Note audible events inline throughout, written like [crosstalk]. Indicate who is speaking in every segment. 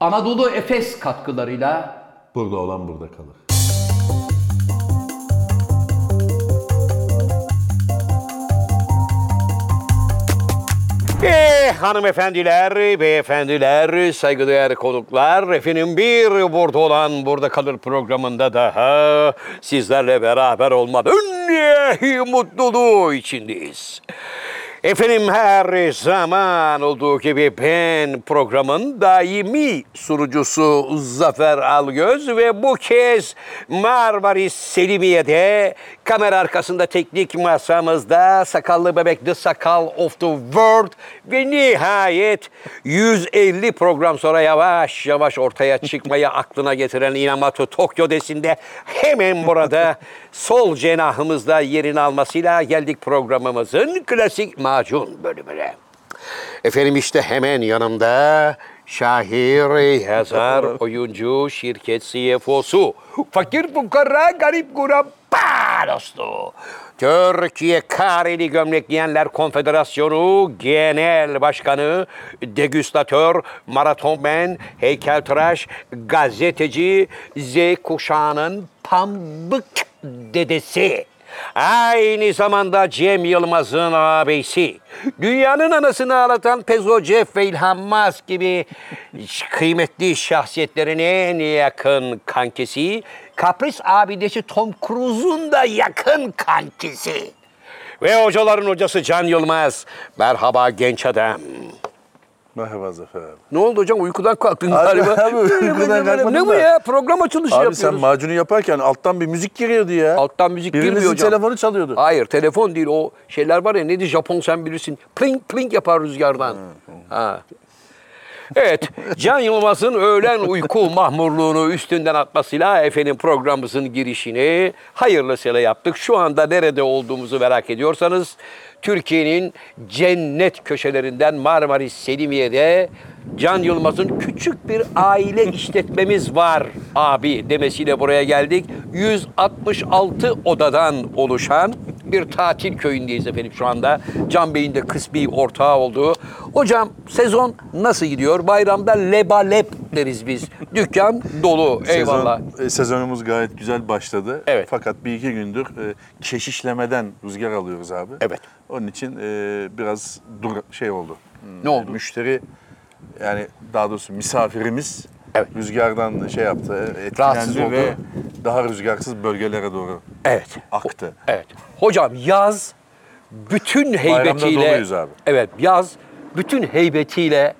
Speaker 1: Anadolu Efes katkılarıyla
Speaker 2: Burada olan burada kalır.
Speaker 3: Eh, hanımefendiler, beyefendiler, saygıdeğer konuklar, efendim bir burada olan burada kalır programında daha sizlerle beraber olmanın mutluluğu içindeyiz. Efendim her zaman olduğu gibi ben programın daimi sunucusu Zafer Algöz ve bu kez Marmaris Selimiye'de kamera arkasında teknik masamızda sakallı bebek The Sakal of the World ve nihayet 150 program sonra yavaş yavaş ortaya çıkmayı [laughs] aklına getiren Inamoto Tokyo desinde hemen burada sol cenahımızda yerini almasıyla geldik programımızın klasik macun bölümüne. Efendim işte hemen yanımda şair, yazar, oyuncu, şirket CFO'su, fakir fukara, garip kurabba dostu. Türkiye Kareli Gömlek Giyenler Konfederasyonu Genel Başkanı, degüstatör, maratonmen, heykeltıraş, gazeteci, Z kuşağının pambık dedesi. Aynı zamanda Cem Yılmaz'ın abisi. Dünyanın anasını ağlatan Pezo Jeff ve İlhan Mas gibi ş- kıymetli şahsiyetlerin en yakın kankisi, kapris abidesi Tom Cruise'un da yakın kankisi. Ve hocaların hocası Can Yılmaz. Merhaba genç adam.
Speaker 2: Merhaba Zafer abi.
Speaker 3: Ne oldu hocam uykudan kalktın
Speaker 2: Abi-
Speaker 3: galiba.
Speaker 2: abi, uykudan
Speaker 3: Böyle- böyle-
Speaker 2: kalkmadım
Speaker 3: Ne bu
Speaker 2: da.
Speaker 3: ya program açılışı
Speaker 2: Abi
Speaker 3: yapıyoruz.
Speaker 2: sen macunu yaparken alttan bir müzik giriyordu ya.
Speaker 3: şey Alttan müzik
Speaker 2: Birinizin
Speaker 3: girmiyor hocam.
Speaker 2: telefonu çalıyordu.
Speaker 3: Hayır telefon değil o şeyler var ya neydi Japon sen bilirsin. Pling pling yapar rüzgardan. Ha. Evet, Can Yılmaz'ın öğlen uyku mahmurluğunu üstünden atmasıyla efendim programımızın girişini hayırlısıyla yaptık. Şu anda nerede olduğumuzu merak ediyorsanız Türkiye'nin cennet köşelerinden Marmaris Selimiye'de Can Yılmaz'ın küçük bir aile işletmemiz var abi demesiyle buraya geldik. 166 odadan oluşan bir tatil köyündeyiz efendim şu anda. Can Bey'in de kısmi ortağı olduğu. Hocam sezon nasıl gidiyor? Bayramda lebalep deriz biz. Dükkan dolu eyvallah.
Speaker 2: Sezon, e, sezonumuz gayet güzel başladı.
Speaker 3: Evet.
Speaker 2: Fakat bir iki gündür e, keşişlemeden rüzgar alıyoruz abi.
Speaker 3: Evet.
Speaker 2: Onun için e, biraz dur şey oldu.
Speaker 3: Ne oldu?
Speaker 2: Müşteri yani daha doğrusu misafirimiz
Speaker 3: Evet.
Speaker 2: rüzgardan şey yaptı, etkilendi
Speaker 3: Rahatsız oldu.
Speaker 2: ve daha rüzgarsız bölgelere doğru
Speaker 3: Evet.
Speaker 2: aktı.
Speaker 3: Evet. Hocam yaz bütün heybetiyle
Speaker 2: doluyuz abi.
Speaker 3: Evet, yaz bütün heybetiyle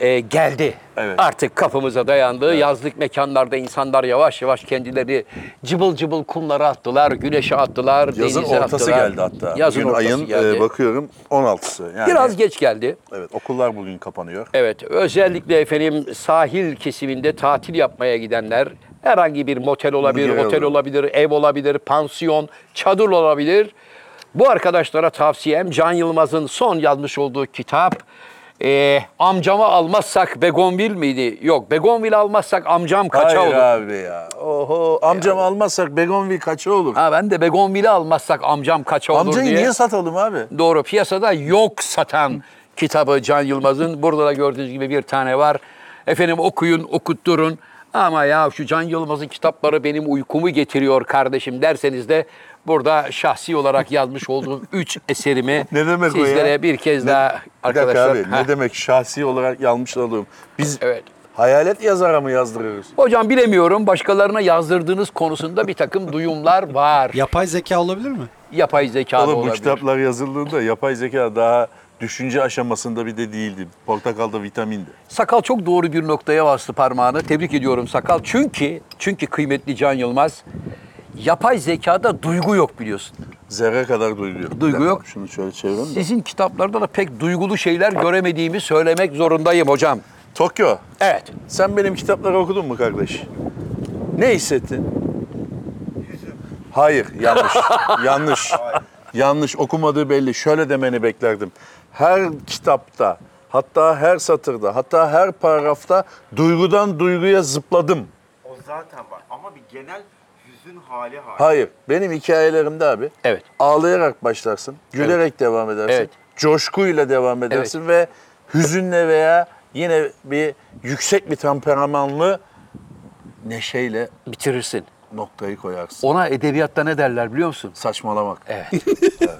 Speaker 3: e, geldi.
Speaker 2: Evet.
Speaker 3: Artık kapımıza dayandı. Yazlık mekanlarda insanlar yavaş yavaş kendileri cıbıl cıbıl kumlara attılar, güneşe attılar,
Speaker 2: Yazın
Speaker 3: denize
Speaker 2: ortası
Speaker 3: attılar.
Speaker 2: geldi hatta.
Speaker 3: Yazın
Speaker 2: Bugün
Speaker 3: ortası
Speaker 2: ayın e,
Speaker 3: geldi.
Speaker 2: bakıyorum 16'sı. Yani
Speaker 3: Biraz geç geldi.
Speaker 2: Evet okullar bugün kapanıyor.
Speaker 3: Evet, özellikle efendim sahil kesiminde tatil yapmaya gidenler herhangi bir motel olabilir,
Speaker 2: geri
Speaker 3: otel
Speaker 2: alıyorum.
Speaker 3: olabilir, ev olabilir, pansiyon, çadır olabilir. Bu arkadaşlara tavsiyem Can Yılmaz'ın son yazmış olduğu kitap e, amcama almazsak Begonvil miydi? Yok, Begonvil almazsak amcam kaça
Speaker 2: Hayır
Speaker 3: olur?
Speaker 2: abi ya. Oho amcam almazsak Begonvil kaça olur?
Speaker 3: Ha ben de Begonvil'i almazsak amcam kaça olur
Speaker 2: Amcayı
Speaker 3: diye.
Speaker 2: niye satalım abi?
Speaker 3: Doğru piyasada yok satan kitabı Can Yılmaz'ın. Burada da gördüğünüz gibi bir tane var. Efendim okuyun, okutturun. Ama ya şu Can Yılmaz'ın kitapları benim uykumu getiriyor kardeşim derseniz de burada şahsi olarak yazmış
Speaker 2: [laughs]
Speaker 3: olduğum üç eserimi
Speaker 2: Ne demek o ya?
Speaker 3: sizlere bir kez daha
Speaker 2: Bir dakika
Speaker 3: arkadaşlar.
Speaker 2: abi
Speaker 3: Heh.
Speaker 2: ne demek şahsi olarak yanlış alalım. Biz
Speaker 3: Evet.
Speaker 2: hayalet yazara mı yazdırıyoruz?
Speaker 3: Hocam bilemiyorum başkalarına yazdırdığınız konusunda bir takım duyumlar var.
Speaker 4: Yapay zeka olabilir mi?
Speaker 3: Yapay zeka da
Speaker 2: Oğlum bu
Speaker 3: olabilir.
Speaker 2: kitaplar yazıldığında yapay zeka daha düşünce aşamasında bir de değildi. Portakalda vitamindi.
Speaker 3: Sakal çok doğru bir noktaya bastı parmağını. Tebrik ediyorum Sakal. Çünkü çünkü kıymetli Can Yılmaz yapay zekada duygu yok biliyorsun.
Speaker 2: Zerre kadar duyuluyor. Bir
Speaker 3: Duygu
Speaker 2: dakika,
Speaker 3: yok.
Speaker 2: Şunu şöyle çevirelim de.
Speaker 3: Sizin kitaplarda da pek duygulu şeyler göremediğimi söylemek zorundayım hocam.
Speaker 2: Tokyo.
Speaker 3: Evet.
Speaker 2: Sen benim kitapları okudun mu kardeş? Ne hissettin? Hayır,
Speaker 3: [laughs]
Speaker 2: yanlış. yanlış. yanlış. Okumadığı belli. Şöyle demeni beklerdim. Her kitapta, hatta her satırda, hatta her paragrafta duygudan duyguya zıpladım.
Speaker 5: O zaten var ama bir genel hüzün hali hali.
Speaker 2: Hayır, benim hikayelerimde abi.
Speaker 3: Evet.
Speaker 2: Ağlayarak başlarsın, gülerek devam edersin.
Speaker 3: Evet.
Speaker 2: Coşkuyla devam edersin ve hüzünle veya yine bir yüksek bir temperamanlı neşeyle
Speaker 3: Bitirirsin.
Speaker 2: noktayı koyarsın.
Speaker 3: Ona edebiyatta ne derler biliyor musun?
Speaker 2: Saçmalamak.
Speaker 3: Evet.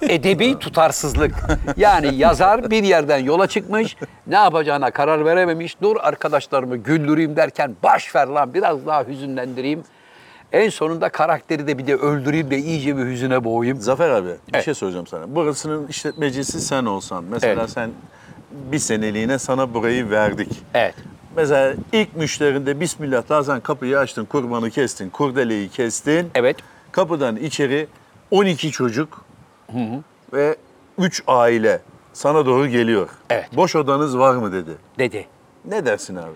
Speaker 3: Edebi tutarsızlık. [laughs] Yani yazar bir yerden yola çıkmış, ne yapacağına karar verememiş. Dur arkadaşlarımı güldüreyim derken baş ver lan biraz daha hüzünlendireyim. En sonunda karakteri de bir de öldüreyim de iyice bir hüzüne boğayım.
Speaker 2: Zafer abi bir
Speaker 3: Evet.
Speaker 2: şey söyleyeceğim sana. Burasının işletmecisi sen olsan. Mesela
Speaker 3: Evet.
Speaker 2: sen bir seneliğine sana burayı verdik.
Speaker 3: Evet.
Speaker 2: Mesela ilk müşterinde Bismillah daha sen kapıyı açtın, kurbanı kestin, kurdeleyi kestin.
Speaker 3: Evet.
Speaker 2: Kapıdan içeri 12 çocuk ve 3 aile sana doğru geliyor.
Speaker 3: Evet.
Speaker 2: Boş odanız var mı dedi.
Speaker 3: Dedi.
Speaker 2: Ne dersin abi?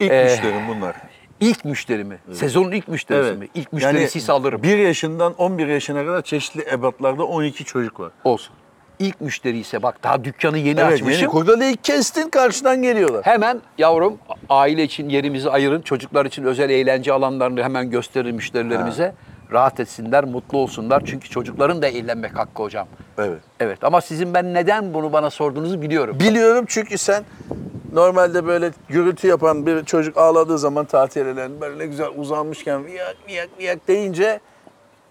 Speaker 2: İlk
Speaker 3: Ee,
Speaker 2: müşterim bunlar.
Speaker 3: İlk müşterimi. Sezonun ilk müşterisi mi? İlk müşterisi
Speaker 2: yani
Speaker 3: alırım.
Speaker 2: 1 yaşından 11 yaşına kadar çeşitli ebatlarda 12 çocuk var.
Speaker 3: Olsun. İlk müşteri ise bak daha dükkanı yeni açmışım.
Speaker 2: yeni kurdeleyi kestin karşıdan geliyorlar.
Speaker 3: Hemen yavrum aile için yerimizi ayırın. Çocuklar için özel eğlence alanlarını hemen gösterin müşterilerimize. Rahat etsinler, mutlu olsunlar. Çünkü çocukların da eğlenmek hakkı hocam.
Speaker 2: Evet.
Speaker 3: Evet ama sizin ben neden bunu bana sorduğunuzu biliyorum.
Speaker 2: Biliyorum çünkü sen normalde böyle gürültü yapan bir çocuk ağladığı zaman tatilelen böyle ne güzel uzanmışken viyak viyak viyak deyince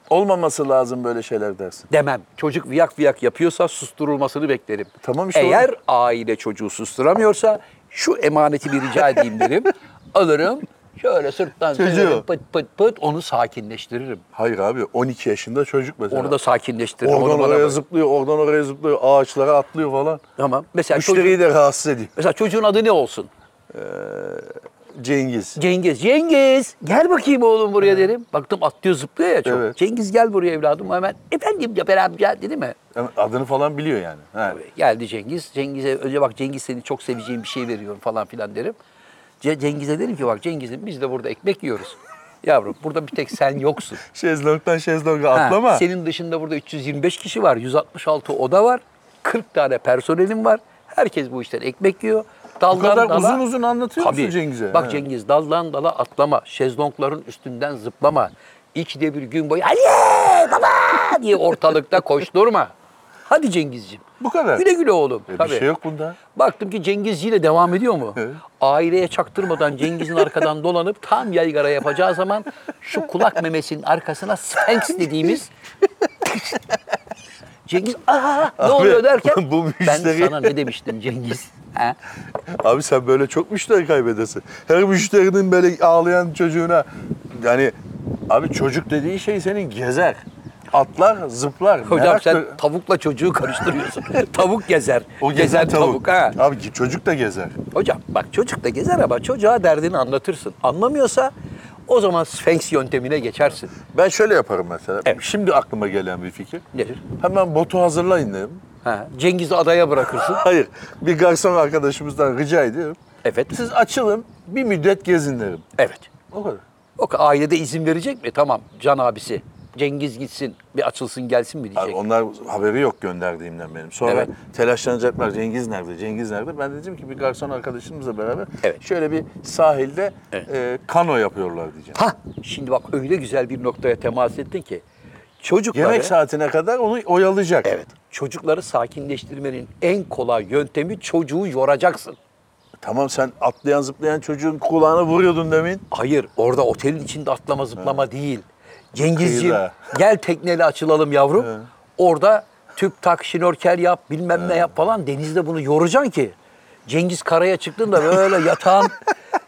Speaker 2: olmaması lazım böyle şeyler dersin.
Speaker 3: Demem. Çocuk viyak viyak yapıyorsa susturulmasını beklerim.
Speaker 2: Tamam işte
Speaker 3: Eğer
Speaker 2: oğlum.
Speaker 3: aile çocuğu susturamıyorsa şu emaneti bir rica edeyim
Speaker 2: [laughs]
Speaker 3: derim. Alırım. Şöyle sırttan
Speaker 2: Çocuğu.
Speaker 3: severim, pıt pıt pıt onu sakinleştiririm.
Speaker 2: Hayır abi 12 yaşında çocuk mesela.
Speaker 3: Onu da sakinleştiririm.
Speaker 2: Oradan
Speaker 3: onu bana
Speaker 2: oraya
Speaker 3: bırak.
Speaker 2: zıplıyor, oradan oraya zıplıyor, ağaçlara atlıyor falan.
Speaker 3: Tamam. Mesela
Speaker 2: Müşteriyi de rahatsız ediyor.
Speaker 3: Mesela çocuğun adı ne olsun?
Speaker 2: Cengiz.
Speaker 3: Cengiz. Cengiz gel bakayım oğlum buraya derim. Baktım atlıyor zıplıyor ya çok.
Speaker 2: Evet.
Speaker 3: Cengiz gel buraya evladım hemen. Efendim ya beraber gel," dedi mi?
Speaker 2: Yani Adını falan biliyor yani. Ha.
Speaker 3: Geldi Cengiz. Cengiz'e önce bak Cengiz seni çok seveceğin bir şey veriyorum falan filan derim. Ce- Cengiz'e derim ki bak Cengiz'im biz de burada ekmek yiyoruz. Yavrum burada bir tek sen yoksun.
Speaker 2: Şezlong'dan şezlonga
Speaker 3: Ha,
Speaker 2: [laughs] atlama.
Speaker 3: senin dışında burada 325 kişi var, 166 oda var, 40 tane personelim var. Herkes bu işten ekmek yiyor. Daldan
Speaker 2: kadar
Speaker 3: dala,
Speaker 2: uzun uzun anlatıyor musun
Speaker 3: Tabii.
Speaker 2: Cengiz'e?
Speaker 3: Bak
Speaker 2: He.
Speaker 3: Cengiz daldan dala atlama, şezlongların üstünden zıplama. İkide bir gün boyu Ali baba diye ortalıkta koşturma. Hadi Cengizciğim.
Speaker 2: Bu kadar.
Speaker 3: Güle güle oğlum.
Speaker 2: E, bir
Speaker 3: Tabii.
Speaker 2: şey yok bunda.
Speaker 3: Baktım ki Cengiz yine devam ediyor mu?
Speaker 2: Evet.
Speaker 3: Aileye çaktırmadan Cengiz'in
Speaker 2: [laughs]
Speaker 3: arkadan dolanıp tam yaygara yapacağı zaman şu kulak memesinin arkasına sphinx
Speaker 2: [laughs]
Speaker 3: dediğimiz Cengiz aa ne
Speaker 2: Abi,
Speaker 3: oluyor derken
Speaker 2: bu müşteri-
Speaker 3: ben sana ne demiştim Cengiz? Ha?
Speaker 2: Abi sen böyle çok müşteri kaybedersin. Her müşterinin böyle ağlayan çocuğuna yani abi çocuk dediği şey senin gezer. Atlar, zıplar.
Speaker 3: Hocam
Speaker 2: merak
Speaker 3: sen
Speaker 2: da-
Speaker 3: tavukla çocuğu
Speaker 2: [laughs]
Speaker 3: karıştırıyorsun. tavuk gezer.
Speaker 2: o
Speaker 3: gezer
Speaker 2: gezen tavuk.
Speaker 3: ha.
Speaker 2: Abi ki çocuk da gezer.
Speaker 3: Hocam bak çocuk da gezer ama çocuğa derdini anlatırsın. Anlamıyorsa o zaman sphinx yöntemine geçersin.
Speaker 2: Ben şöyle yaparım mesela.
Speaker 3: Evet.
Speaker 2: Şimdi aklıma gelen bir fikir.
Speaker 3: Nedir?
Speaker 2: Hemen botu hazırlayın dedim.
Speaker 3: Ha. Cengiz'i adaya bırakırsın.
Speaker 2: Hayır. Bir garson arkadaşımızdan rica ediyorum.
Speaker 3: Evet.
Speaker 2: Siz açılın bir müddet gezin derim.
Speaker 3: Evet.
Speaker 2: O kadar.
Speaker 3: O ka- ailede izin verecek mi? Tamam Can abisi. Cengiz gitsin bir açılsın gelsin mi
Speaker 2: Abi
Speaker 3: diyecek.
Speaker 2: onlar haberi yok gönderdiğimden benim. Sonra
Speaker 3: Evet.
Speaker 2: telaşlanacaklar. Cengiz nerede? Cengiz nerede? Ben dedim ki bir garson arkadaşımızla beraber
Speaker 3: Evet.
Speaker 2: şöyle bir sahilde
Speaker 3: Evet.
Speaker 2: e, kano yapıyorlar diyeceğim.
Speaker 3: Ha şimdi bak öyle güzel bir noktaya temas ettin ki çocukları
Speaker 2: Yemek saatine kadar onu oyalayacak.
Speaker 3: evet çocukları sakinleştirmenin en kolay yöntemi çocuğu yoracaksın.
Speaker 2: Tamam sen atlayan zıplayan çocuğun kulağına vuruyordun demin.
Speaker 3: Hayır orada otelin içinde atlama zıplama değil. Cengizciğim
Speaker 2: Kıyıda.
Speaker 3: gel tekneyle açılalım yavrum. Orada tüp tak, şnorkel yap, bilmem ne yap falan denizde bunu yoracaksın ki. Cengiz karaya çıktığında böyle
Speaker 2: [laughs]
Speaker 3: yatağın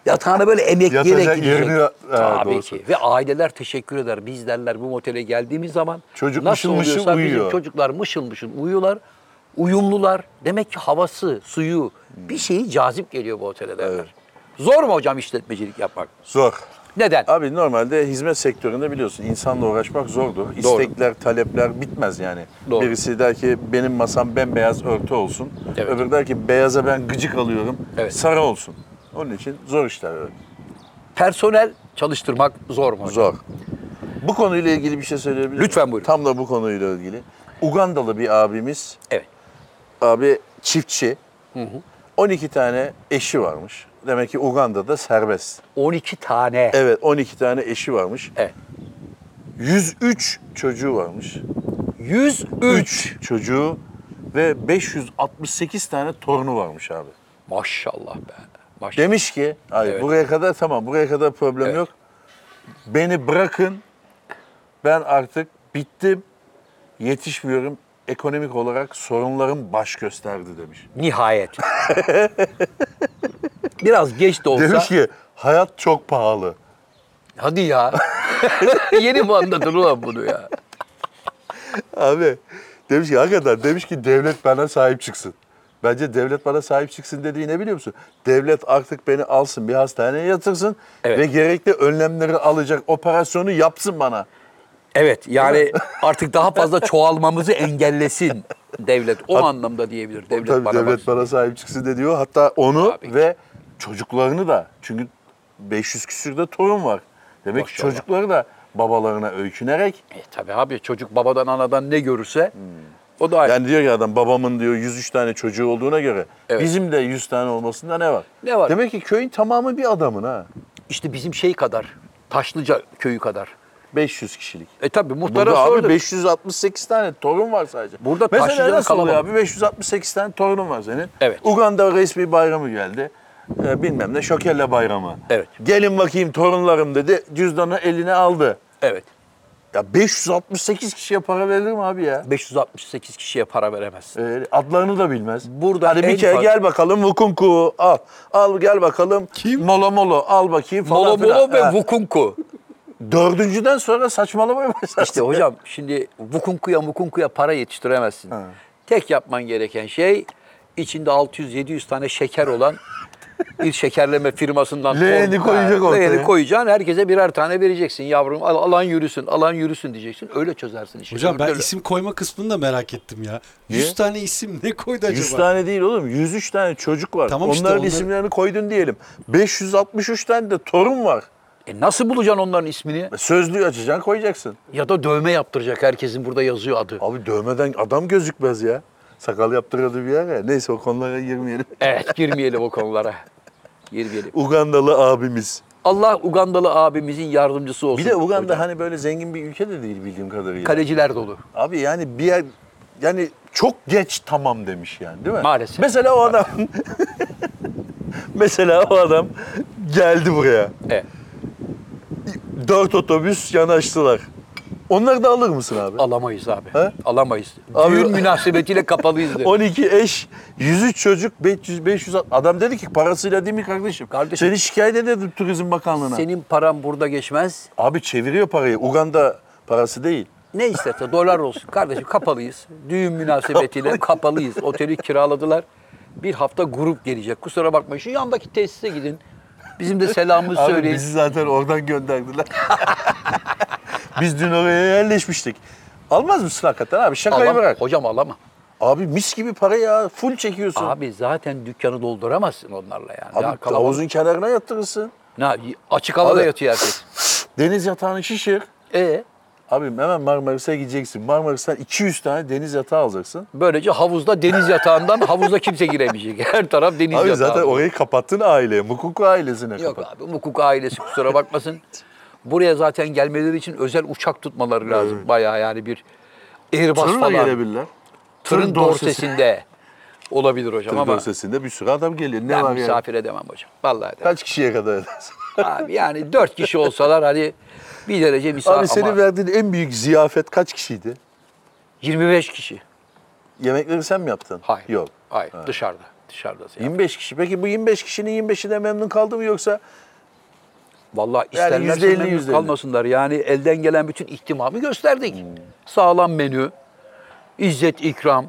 Speaker 3: yatağına böyle emekleyerek
Speaker 2: Yatacak
Speaker 3: gidecek.
Speaker 2: yerini- Ha,
Speaker 3: Tabii
Speaker 2: doğru
Speaker 3: ki. Ve aileler teşekkür eder. Biz derler bu otele geldiğimiz zaman
Speaker 2: Çocuk
Speaker 3: nasıl
Speaker 2: mışıl mışıl
Speaker 3: oluyorsa bizim
Speaker 2: uyuyor.
Speaker 3: çocuklar mışıl mışıl uyuyorlar. Uyumlular. Demek ki havası, suyu
Speaker 2: Hmm.
Speaker 3: bir şeyi cazip geliyor bu otele derler. Zor mu hocam işletmecilik yapmak?
Speaker 2: Zor.
Speaker 3: Neden?
Speaker 2: Abi normalde hizmet sektöründe biliyorsun insanla uğraşmak zordur. İstekler, talepler bitmez yani.
Speaker 3: Doğru.
Speaker 2: Birisi der ki benim masam bembeyaz örtü olsun.
Speaker 3: Evet.
Speaker 2: Öbürü der ki beyaza ben gıcık alıyorum.
Speaker 3: Evet.
Speaker 2: Sarı olsun. Onun için zor işler öyle.
Speaker 3: Personel çalıştırmak zor mu?
Speaker 2: Zor. Bu konuyla ilgili bir şey söyleyebilir miyim?
Speaker 3: Lütfen buyurun.
Speaker 2: Tam da bu konuyla ilgili. Ugandalı bir abimiz,
Speaker 3: Evet.
Speaker 2: abi çiftçi. 12 tane eşi varmış. Demek ki Uganda'da serbest.
Speaker 3: 12 tane.
Speaker 2: Evet 12 tane eşi varmış.
Speaker 3: Evet.
Speaker 2: 103 çocuğu varmış.
Speaker 3: 103.
Speaker 2: 3 çocuğu ve 568 tane torunu varmış abi.
Speaker 3: Maşallah be. Maşallah.
Speaker 2: Demiş ki, hayır
Speaker 3: Evet.
Speaker 2: buraya kadar tamam, buraya kadar problem
Speaker 3: Evet.
Speaker 2: yok. Beni bırakın, ben artık bittim, yetişmiyorum. Ekonomik olarak sorunlarım baş gösterdi demiş. [laughs]
Speaker 3: Nihayet. Biraz geç de olsa.
Speaker 2: Demiş ki, hayat çok pahalı.
Speaker 3: Hadi ya.
Speaker 2: [laughs]
Speaker 3: Yeni mi anladın ulan bunu ya?
Speaker 2: Abi demiş ki hakikaten demiş ki devlet bana sahip çıksın. Bence devlet bana sahip çıksın dediği ne biliyor musun? Devlet artık beni alsın bir hastaneye yatırsın
Speaker 3: Evet.
Speaker 2: ve gerekli önlemleri alacak operasyonu yapsın bana.
Speaker 3: Evet yani artık daha fazla çoğalmamızı engellesin devlet. O anlamda diyebilir devlet
Speaker 2: Tabii
Speaker 3: bana
Speaker 2: devlet
Speaker 3: baksın.
Speaker 2: bana sahip çıksın de diyor. Hatta onu
Speaker 3: Tabii ki.
Speaker 2: ve çocuklarını da çünkü 500 küsürde torun var. Demek ki
Speaker 3: Maşallah.
Speaker 2: çocukları da babalarına öykünerek
Speaker 3: E, tabii abi çocuk babadan anadan ne görürse o da
Speaker 2: Hmm. yani diyor ki adam babamın diyor 103 tane çocuğu olduğuna göre
Speaker 3: Evet.
Speaker 2: bizim de 100 tane olmasında ne var?
Speaker 3: Ne var?
Speaker 2: Demek ki köyün tamamı bir adamın ha.
Speaker 3: işte bizim şey kadar Taşlıca köyü kadar.
Speaker 2: 500 kişilik.
Speaker 3: E tabii muhtara
Speaker 2: Burada abi
Speaker 3: sorduk.
Speaker 2: 568 tane torun var sadece.
Speaker 3: Burada
Speaker 2: Mesela
Speaker 3: taşlıcalı
Speaker 2: nasıl oluyor
Speaker 3: kalabalık.
Speaker 2: abi? 568 tane torunun var senin.
Speaker 3: Evet.
Speaker 2: Uganda resmi bayramı geldi. Ee, bilmem ne şokerle bayramı.
Speaker 3: Evet.
Speaker 2: Gelin bakayım torunlarım dedi. Cüzdanı eline aldı.
Speaker 3: Evet.
Speaker 2: Ya 568 kişiye para verilir mi abi ya?
Speaker 3: 568 kişiye para veremezsin.
Speaker 2: Ee, adlarını da bilmez.
Speaker 3: Burada
Speaker 2: Hadi bir
Speaker 3: en
Speaker 2: kere
Speaker 3: fazla-
Speaker 2: gel bakalım Vukunku al. Al gel bakalım.
Speaker 3: Kim?
Speaker 2: Molo Molo al bakayım falan
Speaker 3: Molo
Speaker 2: filan.
Speaker 3: Molo ve
Speaker 2: Ha,
Speaker 3: Vukunku.
Speaker 2: Dördüncüden sonra saçmalamaya başlarsın.
Speaker 3: İşte hocam şimdi vukunkuya mukunkuya para yetiştiremezsin. Tek yapman gereken şey içinde 600-700 tane şeker olan bir şekerleme firmasından
Speaker 2: Leğeni
Speaker 3: korkma.
Speaker 2: koyacak ortaya.
Speaker 3: Leğeni koyacaksın. Herkese birer tane vereceksin yavrum. Al, alan yürüsün, alan yürüsün diyeceksin. Öyle çözersin işi.
Speaker 4: Hocam
Speaker 3: Öbür
Speaker 4: ben
Speaker 3: türlü-
Speaker 4: isim koyma kısmını da merak ettim ya.
Speaker 2: Niye?
Speaker 4: 100 tane isim ne koydu acaba?
Speaker 2: 100 tane değil oğlum. 103 tane çocuk var.
Speaker 4: Tamam
Speaker 2: Onların
Speaker 4: işte onları-
Speaker 2: isimlerini koydun diyelim. 563 tane de torun var.
Speaker 3: E nasıl bulacaksın onların ismini?
Speaker 2: Sözlüğü açacaksın koyacaksın.
Speaker 3: Ya da dövme yaptıracak herkesin burada yazıyor
Speaker 2: [laughs]
Speaker 3: adı.
Speaker 2: Abi dövmeden adam gözükmez ya. Sakal yaptırıldı bir yer ya. Neyse o konulara girmeyelim. [laughs]
Speaker 3: Evet girmeyelim o konulara. Girmeyelim.
Speaker 2: Ugandalı abimiz.
Speaker 3: Allah Ugandalı abimizin yardımcısı olsun.
Speaker 2: Bir de Uganda
Speaker 3: hocam.
Speaker 2: hani böyle zengin bir ülke de değil bildiğim kadarıyla.
Speaker 3: kaleciler dolu.
Speaker 2: Abi yani bir yer yani çok geç tamam demiş yani değil mi?
Speaker 3: Maalesef.
Speaker 2: Mesela o adam [laughs] mesela o adam geldi buraya.
Speaker 3: Evet.
Speaker 2: Dört otobüs yanaştılar. Onları da alır mısın abi?
Speaker 3: Alamayız abi.
Speaker 2: He?
Speaker 3: Alamayız.
Speaker 2: Abi-
Speaker 3: Düğün münasebetiyle kapalıyız.
Speaker 2: [laughs]
Speaker 3: dedi.
Speaker 2: 12 eş, 103 çocuk, 500, 500 adam dedi ki parasıyla değil mi kardeşim?
Speaker 3: Kardeşim.
Speaker 2: Seni şikayet ederdim Turizm Bakanlığı'na.
Speaker 3: Senin paran burada geçmez.
Speaker 2: Abi çeviriyor parayı. Uganda parası değil.
Speaker 3: Ne isterse dolar olsun. Kardeşim kapalıyız. Düğün
Speaker 2: [laughs]
Speaker 3: münasebetiyle kapalıyız. Oteli kiraladılar. Bir hafta grup gelecek. Kusura bakmayın. Şu yandaki tesise gidin. Bizim de selamımızı
Speaker 2: Abi
Speaker 3: söyleyin.
Speaker 2: bizi zaten oradan gönderdiler. [laughs] Biz dün oraya yerleşmiştik. Almaz mısın hakikaten abi? Şakayı
Speaker 3: Alam-
Speaker 2: bırak.
Speaker 3: Hocam alama.
Speaker 2: Abi mis gibi para ya. Full çekiyorsun. Abi,
Speaker 3: Abi zaten dükkanı dolduramazsın onlarla yani. Ya kalabalık-
Speaker 2: havuzun kenarına yatırırsın.
Speaker 3: Ne abi, açık havada
Speaker 2: Abi-
Speaker 3: yatıyor
Speaker 2: [laughs]
Speaker 3: herkes.
Speaker 2: Deniz yatağını şişir.
Speaker 3: E
Speaker 2: Abi hemen Marmaris'e gideceksin. Marmaris'ten 200 tane deniz yatağı alacaksın.
Speaker 3: böylece havuzda deniz yatağından havuza kimse giremeyecek. [laughs] Her taraf deniz
Speaker 2: Abi
Speaker 3: yatağı.
Speaker 2: zaten orayı kapattın aileye. Mukuku ailesine
Speaker 3: Yok
Speaker 2: kapattın.
Speaker 3: abi hukuk ailesi kusura bakmasın. Buraya zaten gelmeleri için özel uçak tutmaları lazım. Bayağı yani bir Airbus
Speaker 2: Tırla
Speaker 3: falan.
Speaker 2: gelebilirler.
Speaker 3: Tırın
Speaker 2: Tırın dorsesi.
Speaker 3: dorsesinde olabilir hocam
Speaker 2: Tırın
Speaker 3: ama
Speaker 2: dorsesinde bir sürü adam geliyor. Ne
Speaker 3: ben
Speaker 2: var ya?
Speaker 3: misafir edemem hocam. Vallahi edemem.
Speaker 2: Kaç kişiye kadar
Speaker 3: [laughs]
Speaker 2: edersin?
Speaker 3: abi yani dört kişi olsalar hani bir derece misafir
Speaker 2: Abi senin
Speaker 3: ama
Speaker 2: verdiğin en büyük ziyafet kaç kişiydi?
Speaker 3: 25 kişi.
Speaker 2: Yemekleri sen mi yaptın?
Speaker 3: Hayır.
Speaker 2: Yok.
Speaker 3: Hayır. Dışarıda. Dışarıda. Yani.
Speaker 2: 25 kişi. Peki bu 25 kişinin 25'i de memnun kaldı mı yoksa?
Speaker 3: Vallahi
Speaker 2: Yani
Speaker 3: isterlerse
Speaker 2: yüzde elli,
Speaker 3: memnun
Speaker 2: yüzde elli.
Speaker 3: kalmasınlar. Yani elden gelen bütün ihtimamı gösterdik. Sağlam menü, izzet, ikram.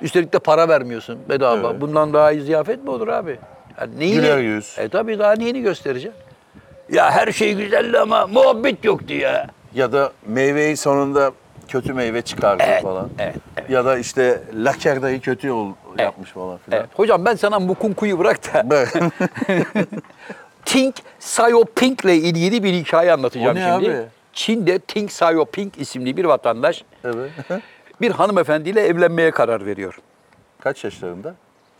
Speaker 3: Üstelik de para vermiyorsun bedava.
Speaker 2: Evet.
Speaker 3: Bundan daha iyi ziyafet mi olur abi? Yani neyini,
Speaker 2: Güler yüz.
Speaker 3: E tabii daha neyini göstereceğim? Ya her şey güzeldi ama muhabbet yoktu ya. E,
Speaker 2: Ya da meyveyi sonunda kötü meyve çıkardı
Speaker 3: Evet,
Speaker 2: falan.
Speaker 3: evet, evet.
Speaker 2: Ya da işte lakerdayı kötü yol yapmış falan filan.
Speaker 3: Evet. Hocam ben sana mukunkuyu bırak da
Speaker 2: Böyle. [laughs]
Speaker 3: Tink Sayoping'le ilgili bir hikaye anlatacağım
Speaker 2: O ne
Speaker 3: şimdi.
Speaker 2: abi?
Speaker 3: Çin'de Tink Sayoping isimli bir vatandaş
Speaker 2: evet.
Speaker 3: bir hanımefendiyle evlenmeye karar veriyor.
Speaker 2: Kaç yaşlarında?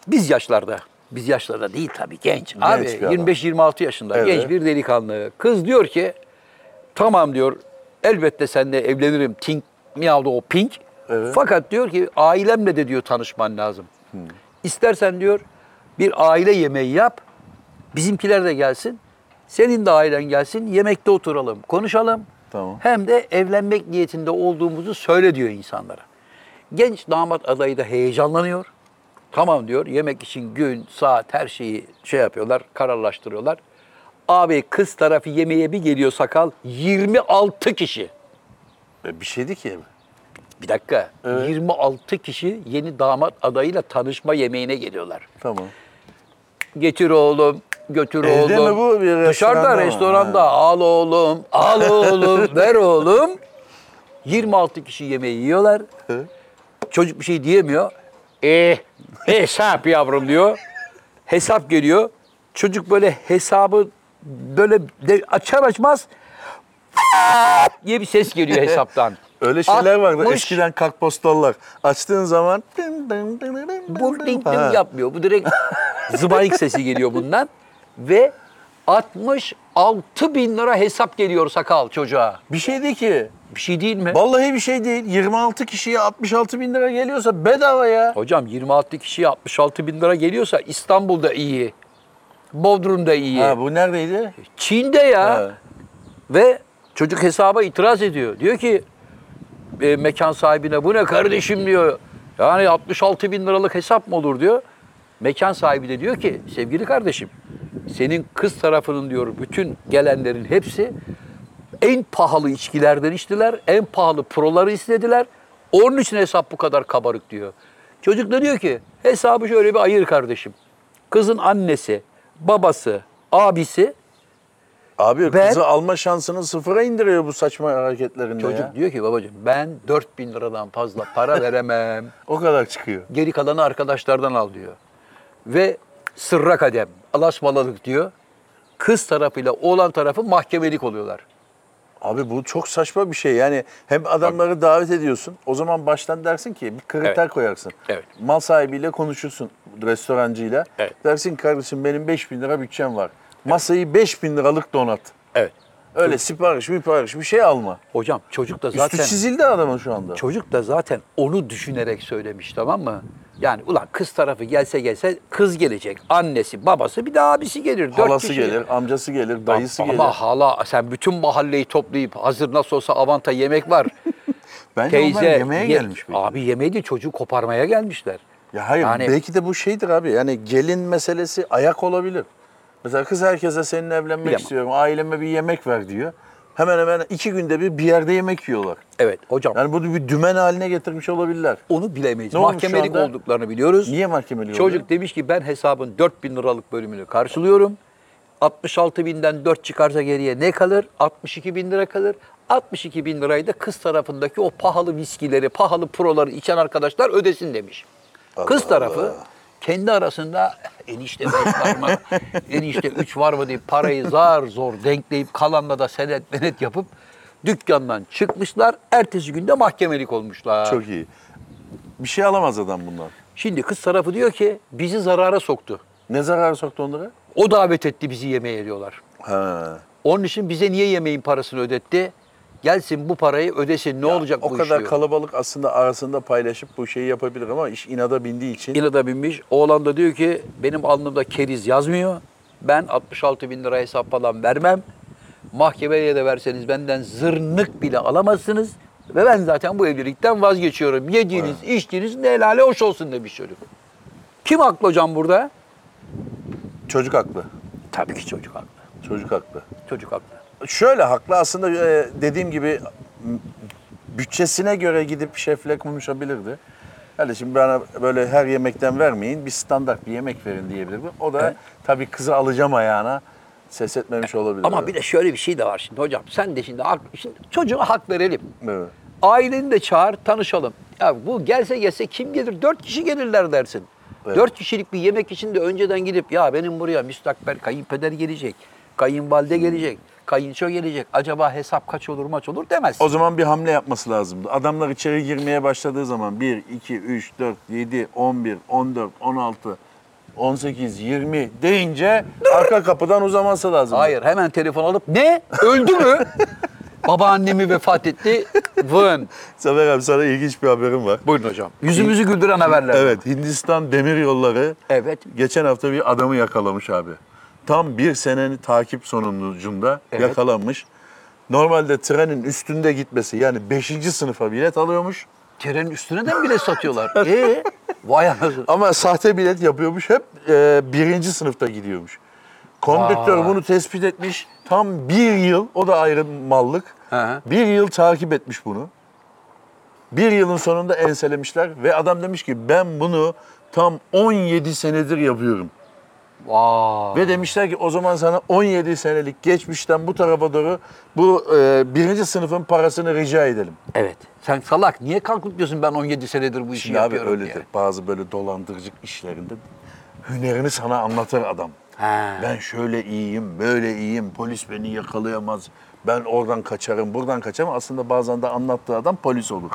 Speaker 3: Biz yaşlarda. Biz yaşlarda değil tabii genç. Abi
Speaker 2: bir adam.
Speaker 3: 25-26 yaşında
Speaker 2: Evet.
Speaker 3: genç bir delikanlı. Kız diyor ki tamam diyor elbette seninle evlenirim. Tink miyavda o pink.
Speaker 2: Hmm.
Speaker 3: Fakat diyor ki ailemle de diyor tanışman lazım. İstersen diyor bir aile yemeği yap. Bizimkiler de gelsin. Senin de ailen gelsin. Yemekte oturalım, konuşalım.
Speaker 2: Tamam.
Speaker 3: Hem de evlenmek niyetinde olduğumuzu söyle diyor insanlara. Genç damat adayı da heyecanlanıyor. Tamam diyor. Yemek için gün, saat her şeyi şey yapıyorlar, kararlaştırıyorlar. Abi kız tarafı yemeğe bir geliyor sakal 26 kişi.
Speaker 2: E, Bir şeydi ki ev.
Speaker 3: Bir dakika. 26 kişi yeni damat adayıyla tanışma yemeğine geliyorlar.
Speaker 2: Tamam.
Speaker 3: Getir oğlum, götür
Speaker 2: Evde
Speaker 3: oğlum.
Speaker 2: mi bu? Bir restoranda
Speaker 3: Dışarıda
Speaker 2: mı?
Speaker 3: restoranda al oğlum, al
Speaker 2: [laughs]
Speaker 3: oğlum, ver oğlum. 26 kişi yemeği yiyorlar. Çocuk bir şey diyemiyor. Eh, hesap yavrum diyor. Hesap geliyor. Çocuk böyle hesabı böyle de açar açmaz [laughs] diye bir ses geliyor hesaptan.
Speaker 2: Öyle şeyler vardı
Speaker 3: 60
Speaker 2: eskiden kartpostallar. Açtığın zaman
Speaker 3: bu ding
Speaker 2: Ha.
Speaker 3: ding yapmıyor. Bu
Speaker 2: [laughs]
Speaker 3: direkt zıbayık sesi geliyor bundan. Ve 66 bin lira hesap geliyor sakal çocuğa.
Speaker 2: Bir şeydi ki.
Speaker 3: Bir şey değil mi?
Speaker 2: Vallahi bir şey değil. 26 kişiye 66 bin lira geliyorsa bedava ya.
Speaker 3: Hocam 26 kişiye 66 bin lira geliyorsa İstanbul'da iyi. Bodrum'da iyi.
Speaker 2: Ha bu neredeydi?
Speaker 3: Çin'de ya.
Speaker 2: Ha.
Speaker 3: Ve çocuk hesaba itiraz ediyor. Diyor ki e, mekan sahibine bu ne kardeşim diyor. Yani 66 bin liralık hesap mı olur diyor. Mekan sahibi de diyor ki sevgili kardeşim senin kız tarafının diyor bütün gelenlerin hepsi en pahalı içkilerden içtiler. En pahalı proları istediler. Onun için hesap bu kadar kabarık diyor. Çocuk da diyor ki hesabı şöyle bir ayır kardeşim. Kızın annesi, babası, abisi
Speaker 2: Abi
Speaker 3: Ben-
Speaker 2: kızı alma şansını sıfıra indiriyor bu saçma hareketlerinde
Speaker 3: Çocuk
Speaker 2: ya.
Speaker 3: diyor ki babacığım ben 4000 liradan fazla para
Speaker 2: [laughs]
Speaker 3: veremem.
Speaker 2: O kadar çıkıyor.
Speaker 3: Geri kalanı arkadaşlardan al diyor. Ve sırra kadem, alaşmalalık diyor. Kız tarafıyla oğlan tarafı mahkemelik oluyorlar.
Speaker 2: Abi bu çok saçma bir şey. Yani hem adamları davet ediyorsun. O zaman baştan dersin ki bir kriter
Speaker 3: Evet.
Speaker 2: koyarsın.
Speaker 3: Evet.
Speaker 2: Mal sahibiyle konuşursun restorancıyla.
Speaker 3: Evet.
Speaker 2: Dersin ki kardeşim benim 5000 lira bütçem var. Masayı 5000 liralık donat.
Speaker 3: Evet.
Speaker 2: Öyle sipariş sipariş bir şey alma.
Speaker 3: Hocam çocuk da zaten
Speaker 2: Üstü çizildi adamın şu anda.
Speaker 3: çocuk da zaten onu düşünerek söylemiş tamam mı? Yani ulan kız tarafı gelse gelse kız gelecek. Annesi, babası bir de abisi gelir. Dört
Speaker 2: Halası
Speaker 3: kişi.
Speaker 2: gelir, amcası gelir, dayısı
Speaker 3: Ama
Speaker 2: gelir.
Speaker 3: hala sen bütün mahalleyi toplayıp hazır nasıl olsa avanta yemek var.
Speaker 2: [laughs] Bence onlar
Speaker 3: Teyze
Speaker 2: yemeğe
Speaker 3: ye-
Speaker 2: gelmiş. bir.
Speaker 3: Abi yemeği de çocuğu koparmaya gelmişler.
Speaker 2: Ya hayır
Speaker 3: Yani-
Speaker 2: belki de bu şeydir abi. Yani gelin meselesi ayak olabilir. Mesela kız herkese seninle evlenmek
Speaker 3: Bilemem.
Speaker 2: istiyorum. Aileme bir yemek ver diyor. Hemen hemen iki günde bir bir yerde yemek yiyorlar.
Speaker 3: Evet hocam
Speaker 2: Yani bunu bir dümen haline getirmiş olabilirler.
Speaker 3: onu bilemeyiz.
Speaker 2: Ne olmuş
Speaker 3: Mahkemelik
Speaker 2: şu anda?
Speaker 3: olduklarını biliyoruz.
Speaker 2: Niye mahkemelik
Speaker 3: Çocuk
Speaker 2: oluyor?
Speaker 3: demiş ki ben hesabın 4000 liralık bölümünü karşılıyorum. 66 binden 4 çıkarsa geriye ne kalır? 62 bin lira kalır. 62 bin lirayı da kız tarafındaki o pahalı viskileri, pahalı proları içen arkadaşlar ödesin demiş. kız tarafı kendi arasında enişte beş var mı, enişte üç var mı diye parayı zar zor denkleyip kalanla da senet menet yapıp dükkandan çıkmışlar. Ertesi günde mahkemelik olmuşlar.
Speaker 2: Çok iyi. Bir şey alamaz adam bundan.
Speaker 3: Şimdi kız tarafı diyor ki bizi zarara soktu.
Speaker 2: Ne zararı soktu onlara?
Speaker 3: O davet etti bizi yemeğe diyorlar.
Speaker 2: Ha.
Speaker 3: Onun için bize niye yemeğin parasını ödetti? Gelsin bu parayı ödesin ne olacak
Speaker 2: O
Speaker 3: bu
Speaker 2: kadar
Speaker 3: iş diyor.
Speaker 2: kalabalık aslında arasında paylaşıp bu şeyi yapabilir ama iş inada bindiği için.
Speaker 3: İnada binmiş. Oğlan da diyor ki benim alnımda keriz yazmıyor. Ben 66 bin lira hesap falan vermem. Mahkemeye de verseniz benden zırnık bile alamazsınız. Ve ben zaten bu evlilikten vazgeçiyorum. Yediğiniz, içtiğiniz ne helale hoş olsun demiş çocuk. Kim haklı hocam burada?
Speaker 2: Çocuk haklı.
Speaker 3: Tabii ki çocuk haklı.
Speaker 2: Çocuk haklı.
Speaker 3: Çocuk haklı.
Speaker 2: Şöyle haklı aslında e, dediğim gibi m, bütçesine göre gidip şefle konuşabilirdi. Kardeşim bana böyle her yemekten vermeyin bir standart bir yemek verin diyebilirdi. O da tabii kızı alacağım ayağına ses etmemiş olabilir.
Speaker 3: Ama bir de şöyle bir şey de var şimdi hocam. Sen de şimdi, hak, şimdi çocuğa hak verelim.
Speaker 2: Evet.
Speaker 3: Aileni de çağır, tanışalım. Ya bu gelse gelse kim gelir? Dört kişi gelirler dersin.
Speaker 2: Evet.
Speaker 3: Dört kişilik bir yemek için de önceden gidip ya benim buraya müstakbel kayınpeder gelecek, kayınvalide
Speaker 2: Hmm.
Speaker 3: gelecek, kayınço gelecek. Acaba hesap kaç olur maç olur demezsin.
Speaker 2: O zaman bir hamle yapması lazımdı. Adamlar içeri girmeye başladığı zaman 1, 2, 3, 4, 7, 11, 14, 16, 18, 20 deyince arka kapıdan uzaması lazım. [laughs]
Speaker 3: Hayır hemen telefon alıp ne? Öldü mü? Babaannemi vefat etti. Vın.
Speaker 2: Zafer abi sana ilginç bir haberim var.
Speaker 3: Buyurun hocam. Yüzümüzü güldüren haberler.
Speaker 2: Evet Hindistan Demir Yolları
Speaker 3: Evet.
Speaker 2: geçen hafta bir adamı yakalamış abi. Tam bir senenin takip sonucunda
Speaker 3: Evet.
Speaker 2: yakalanmış. Normalde trenin üstünde gitmesi yani 5. sınıfa bilet alıyormuş.
Speaker 3: Trenin üstüne de mi bilet
Speaker 2: [laughs]
Speaker 3: satıyorlar? Ee, vay anasını.
Speaker 2: Ama sahte bilet yapıyormuş hep e, birinci sınıfta gidiyormuş. Kondüktör
Speaker 3: Aa.
Speaker 2: bunu tespit etmiş. Tam bir yıl, o da ayrı mallık.
Speaker 3: Hı hı.
Speaker 2: Bir yıl takip etmiş bunu. Bir yılın sonunda enselemişler ve adam demiş ki ben bunu tam 17 senedir yapıyorum.
Speaker 3: Vay.
Speaker 2: Ve demişler ki o zaman sana 17 senelik geçmişten bu tarafa doğru bu e, birinci sınıfın parasını rica edelim.
Speaker 3: Evet. Sen salak niye kalkıp diyorsun ben 17 senedir bu işi
Speaker 2: Şimdi abi
Speaker 3: yapıyorum
Speaker 2: öyledir.
Speaker 3: diye.
Speaker 2: Bazı böyle dolandırıcılık işlerinde hünerini sana anlatır adam.
Speaker 3: Ha.
Speaker 2: Ben şöyle iyiyim, böyle iyiyim, polis beni yakalayamaz. Ben oradan kaçarım, buradan kaçarım. Aslında bazen de anlattığı adam polis olur.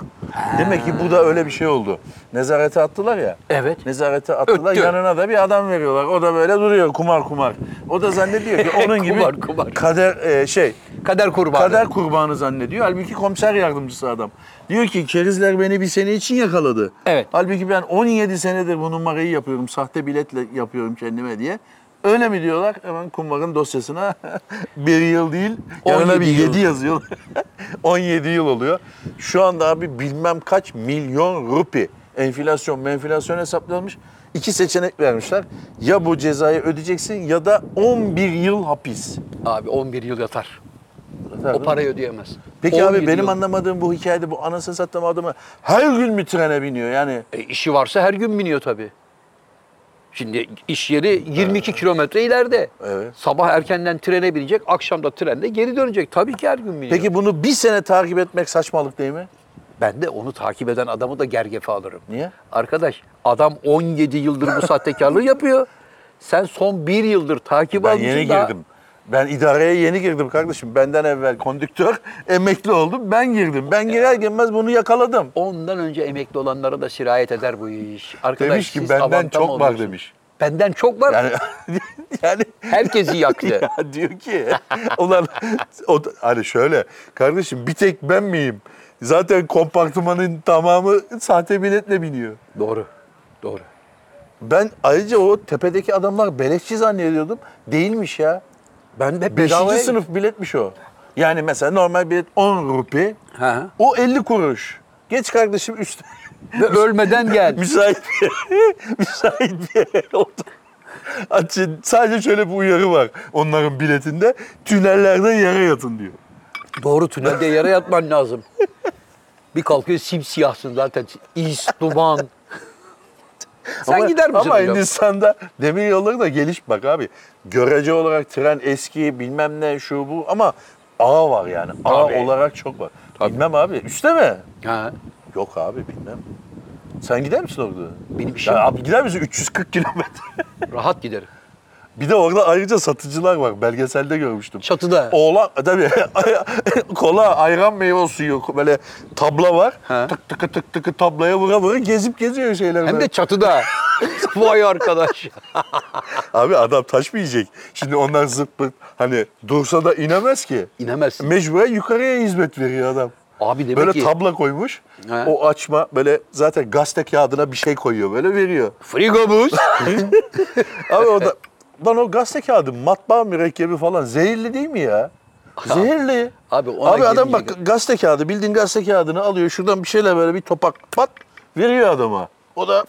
Speaker 2: Demek ki bu da öyle bir şey oldu. Nezarete attılar ya.
Speaker 3: Evet.
Speaker 2: Nezarete attılar,
Speaker 3: Öttü.
Speaker 2: yanına da bir adam veriyorlar. O da böyle duruyor kumar kumar. O da zannediyor
Speaker 3: [laughs]
Speaker 2: ki onun gibi
Speaker 3: Kumar, kumar.
Speaker 2: kader e, şey
Speaker 3: Kader kurbanı.
Speaker 2: kader kurbanı zannediyor. Halbuki komiser yardımcısı adam. Diyor ki kerizler beni bir sene için yakaladı.
Speaker 3: Evet.
Speaker 2: Halbuki ben 17 senedir bu numarayı yapıyorum. Sahte biletle yapıyorum kendime diye. Öyle mi diyorlar? Hemen kumarın dosyasına [laughs] bir yıl değil, yanına
Speaker 3: 17
Speaker 2: bir
Speaker 3: yıl.
Speaker 2: 7 yazıyor. [laughs] 17 yıl oluyor. Şu anda abi bilmem kaç milyon rupi enflasyon menflasyon hesaplanmış. İki seçenek vermişler. Ya bu cezayı ödeyeceksin ya da 11 yıl hapis.
Speaker 3: Abi 11 yıl yatar.
Speaker 2: Tabii.
Speaker 3: O parayı ödeyemez.
Speaker 2: Peki
Speaker 3: 11
Speaker 2: abi benim
Speaker 3: yıl.
Speaker 2: anlamadığım bu hikayede bu anasını satma adamı her gün mü trene biniyor yani?
Speaker 3: E, işi varsa her gün biniyor tabii. Şimdi iş yeri 22 kilometre ileride.
Speaker 2: Evet.
Speaker 3: Sabah erkenden trene binecek, akşam da trenle geri dönecek. Tabii ki her gün biniyor.
Speaker 2: Peki bunu bir sene takip etmek saçmalık değil mi?
Speaker 3: ben de onu takip eden adamı da gergefe alırım.
Speaker 2: Niye?
Speaker 3: Arkadaş adam 17 yıldır bu sahtekarlığı yapıyor. Sen son bir yıldır takip
Speaker 2: Ben
Speaker 3: almışsın
Speaker 2: yeni
Speaker 3: daha-
Speaker 2: girdim. Ben idareye yeni girdim kardeşim. Benden evvel kondüktör [laughs] emekli oldum. Ben girdim. Ben girer girmez bunu yakaladım.
Speaker 3: Ondan önce emekli olanlara da sirayet eder bu iş. Arkadaş,
Speaker 2: Demiş ki
Speaker 3: siz
Speaker 2: benden
Speaker 3: avanta mı
Speaker 2: çok var
Speaker 3: oluyorsunuz?
Speaker 2: demiş.
Speaker 3: Benden çok var.
Speaker 2: Yani [laughs] yani
Speaker 3: Herkesi yaktı.
Speaker 2: [laughs] ya diyor ki ulan o da- hani şöyle kardeşim bir tek ben miyim? Zaten kompartımanın tamamı sahte biletle biniyor.
Speaker 3: Doğru. Doğru.
Speaker 2: Ben ayrıca o tepedeki adamlar beleşçi zannediyordum. Değilmiş ya.
Speaker 3: Ben de
Speaker 2: Beşinci sınıf biletmiş o. Yani mesela normal bilet 10 rupi.
Speaker 3: Ha.
Speaker 2: O 50 kuruş. Geç kardeşim üst
Speaker 3: Ve ölmeden
Speaker 2: [laughs]
Speaker 3: gel.
Speaker 2: müsait bir yere, [laughs] müsait bir yere otur. Açın. Sadece şöyle bir uyarı var onların biletinde. Tünellerden yere yatın diyor.
Speaker 3: Doğru tünelde yere yatman lazım. Bir kalkıyor simsiyahsın zaten. İz, duman. Sen
Speaker 2: Ama-
Speaker 3: gider misin
Speaker 2: Ama
Speaker 3: hocam?
Speaker 2: Hindistan'da demir yolları da geliş bak abi. Görece olarak tren eski bilmem ne şu bu ama ağ var yani. Ağ
Speaker 3: Tabii.
Speaker 2: olarak çok var. Bilmem abi. Üste mi?
Speaker 3: Ha.
Speaker 2: Yok abi bilmem. Sen gider misin orada?
Speaker 3: Benim işim
Speaker 2: Ya abi gider misin 340 kilometre? [laughs]
Speaker 3: rahat giderim.
Speaker 2: bir de orada ayrıca satıcılar var. Belgeselde görmüştüm.
Speaker 3: Çatıda.
Speaker 2: Oğlan e, tabii [laughs] kola ayran meyve suyu böyle tabla var.
Speaker 3: Ha.
Speaker 2: Tık tıkı tık tıkı tablaya vura vura gezip geziyor şeyler.
Speaker 3: Hem
Speaker 2: böyle.
Speaker 3: de
Speaker 2: [laughs]
Speaker 3: çatıda. Vay arkadaş.
Speaker 2: Abi adam taş mı yiyecek? Şimdi onlar zırt pırt hani dursa da inemez ki.
Speaker 3: İnemezsin.
Speaker 2: Mecburen yukarıya hizmet veriyor adam.
Speaker 3: Abi demek
Speaker 2: böyle
Speaker 3: ki
Speaker 2: tabla koymuş.
Speaker 3: He.
Speaker 2: O açma böyle zaten gazete kağıdına bir şey koyuyor böyle veriyor.
Speaker 3: frigobus.
Speaker 2: Abi o da lan o gazete kağıdı matbaa mürekkebi falan zehirli değil mi ya? Zehirli.
Speaker 3: Abi ona
Speaker 2: Abi adam bak
Speaker 3: girmeyeyim.
Speaker 2: gazete kağıdı bildiğin gazete kağıdını alıyor şuradan bir şeyle böyle bir topak pat veriyor adama. O da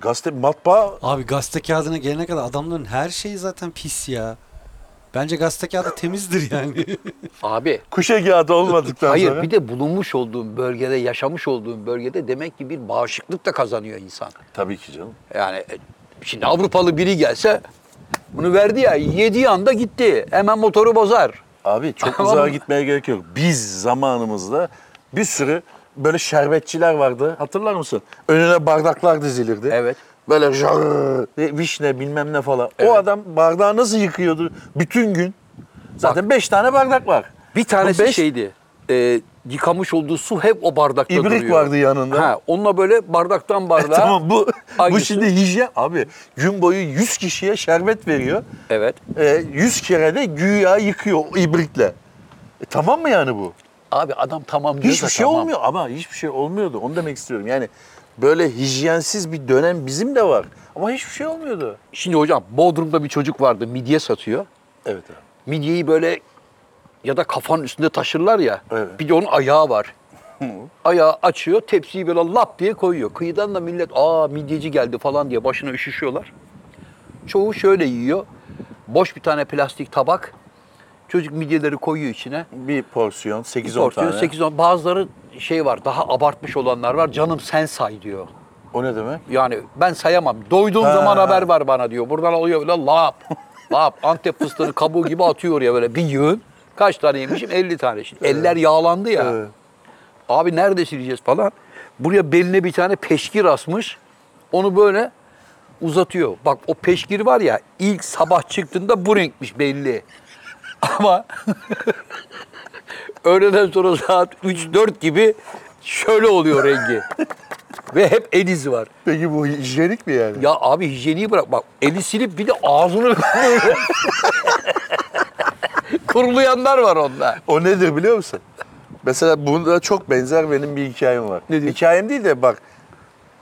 Speaker 2: gazete matbaa
Speaker 4: Abi gazete kağıdına gelene kadar adamların her şeyi zaten pis ya. Bence
Speaker 2: [laughs]
Speaker 4: gazete kağıdı temizdir yani.
Speaker 3: Abi
Speaker 2: kuşa kağıdı olmadıktan sonra.
Speaker 3: hayır bir de bulunmuş olduğun bölgede, yaşamış olduğun bölgede demek ki bir bağışıklık da kazanıyor insan.
Speaker 2: Tabii ki canım.
Speaker 3: Yani e, şimdi Avrupalı biri gelse bunu verdi ya yediği anda gitti. Hemen motoru bozar.
Speaker 2: Abi çok
Speaker 3: Ama-
Speaker 2: uzağa gitmeye gerek yok. Biz zamanımızda bir sürü böyle şerbetçiler vardı. Hatırlar mısın? Önüne bardaklar dizilirdi.
Speaker 3: Evet.
Speaker 2: Böyle jar- vişne bilmem ne falan. O adam bardağı nasıl yıkıyordu bütün gün? Zaten beş tane bardak var.
Speaker 3: Bir tanesi
Speaker 2: Bu beş-
Speaker 3: şeydi. e, yıkamış olduğu su hep o bardakta
Speaker 2: İbrik
Speaker 3: duruyor.
Speaker 2: vardı yanında.
Speaker 3: Ha, onunla böyle [laughs] bardaktan
Speaker 2: [laughs]
Speaker 3: bardağa.
Speaker 2: Tamam bu bu
Speaker 3: Aynısı.
Speaker 2: şimdi hijyen abi gün boyu 100 kişiye şerbet veriyor.
Speaker 3: Evet.
Speaker 2: Ee, 100 kere de güya yıkıyor o ibrikle. E, tamam mı yani bu?
Speaker 3: Abi adam tamam diyorsa
Speaker 2: Hiçbir şey
Speaker 3: tamam.
Speaker 2: olmuyor ama hiçbir şey olmuyordu. Onu demek istiyorum. Yani böyle hijyensiz bir dönem bizim de var. Ama hiçbir şey olmuyordu.
Speaker 3: Şimdi hocam Bodrum'da bir çocuk vardı midye satıyor.
Speaker 2: Evet abi.
Speaker 3: Midyeyi böyle ya da kafanın üstünde taşırlar ya.
Speaker 2: Evet.
Speaker 3: Bir de onun ayağı
Speaker 2: [laughs]
Speaker 3: var. ayağı açıyor tepsiyi böyle lap diye koyuyor. Kıyıdan da millet aa midyeci geldi falan diye başına üşüşüyorlar. Çoğu şöyle yiyor. Boş bir tane plastik tabak. Çocuk midyeleri koyuyor içine.
Speaker 2: Bir porsiyon 8-10
Speaker 3: Bir porsiyon
Speaker 2: tane.
Speaker 3: 8-10. Bazıları şey var daha abartmış olanlar var. Canım sen say diyor.
Speaker 2: O ne demek?
Speaker 3: Yani ben sayamam. Doyduğum
Speaker 2: Ha,
Speaker 3: zaman
Speaker 2: ha.
Speaker 3: haber ver bana diyor. Buradan alıyor böyle lap. [laughs] lap. Antep fıstığını kabuğu gibi atıyor oraya böyle bir yığın. Kaç tane yemişim? 50 tane. Şimdi eller yağlandı ya.
Speaker 2: Evet.
Speaker 3: Abi nerede sileceğiz falan. Buraya beline bir tane peşkir asmış. Onu böyle uzatıyor. Bak o peşkir var ya ilk sabah çıktığında bu renkmiş belli. [laughs] Ama [laughs] öğleden sonra saat 3-4 gibi şöyle oluyor rengi. Ve hep el izi var.
Speaker 2: Peki bu hijyenik mi yani?
Speaker 3: Ya abi hijyeniyi bırak. Bak eli silip bir de ağzını [laughs] böyle- kurulayanlar var onda.
Speaker 2: O nedir biliyor musun? Mesela bunda çok benzer benim bir hikayem var.
Speaker 3: Ne diyor?
Speaker 2: Hikayem değil de bak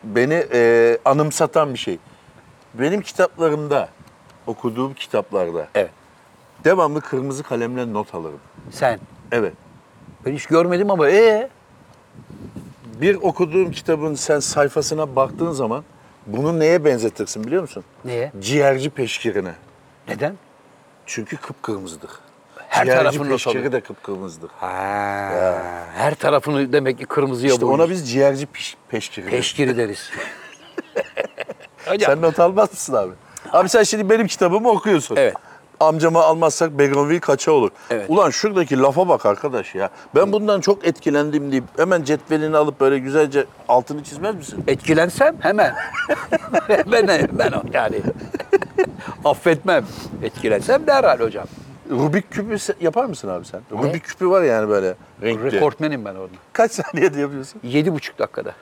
Speaker 2: beni e, anımsatan bir şey. Benim kitaplarımda, okuduğum kitaplarda
Speaker 3: Evet.
Speaker 2: devamlı kırmızı kalemle not alırım.
Speaker 3: Sen.
Speaker 2: Evet.
Speaker 3: Ben hiç görmedim ama ee?
Speaker 2: Bir okuduğum kitabın sen sayfasına baktığın zaman bunu neye benzetirsin biliyor musun?
Speaker 3: Neye?
Speaker 2: Ciğerci peşkirine.
Speaker 3: Neden?
Speaker 2: Çünkü kıpkırmızıdır.
Speaker 3: Her
Speaker 2: Ciğerci
Speaker 3: tarafını not
Speaker 2: peşkiri
Speaker 3: alıyor.
Speaker 2: de kıpkırmızıdır.
Speaker 3: Ha, her tarafını demek ki kırmızıya
Speaker 2: İşte
Speaker 3: boyuyor.
Speaker 2: ona biz ciğerci piş, peşkiri. deriz.
Speaker 3: Peşkiri [laughs] deriz. Hocam,
Speaker 2: Sen not almaz mısın abi? Abi sen şimdi benim kitabımı okuyorsun.
Speaker 3: Evet.
Speaker 2: Amcama almazsak Begonvil kaça olur?
Speaker 3: Evet.
Speaker 2: Ulan şuradaki lafa bak arkadaş ya. Ben bundan çok etkilendim deyip hemen cetvelini alıp böyle güzelce altını çizmez misin?
Speaker 3: etkilensem hemen. [laughs] ben, ben o yani. Affetmem. Etkilensem derhal hocam.
Speaker 2: Rubik küpü se- yapar mısın abi sen? Rubik küpü var yani böyle renkli.
Speaker 3: Rekortmenim ben orada.
Speaker 2: Kaç saniyede yapıyorsun? [laughs]
Speaker 3: Yedi buçuk dakikada.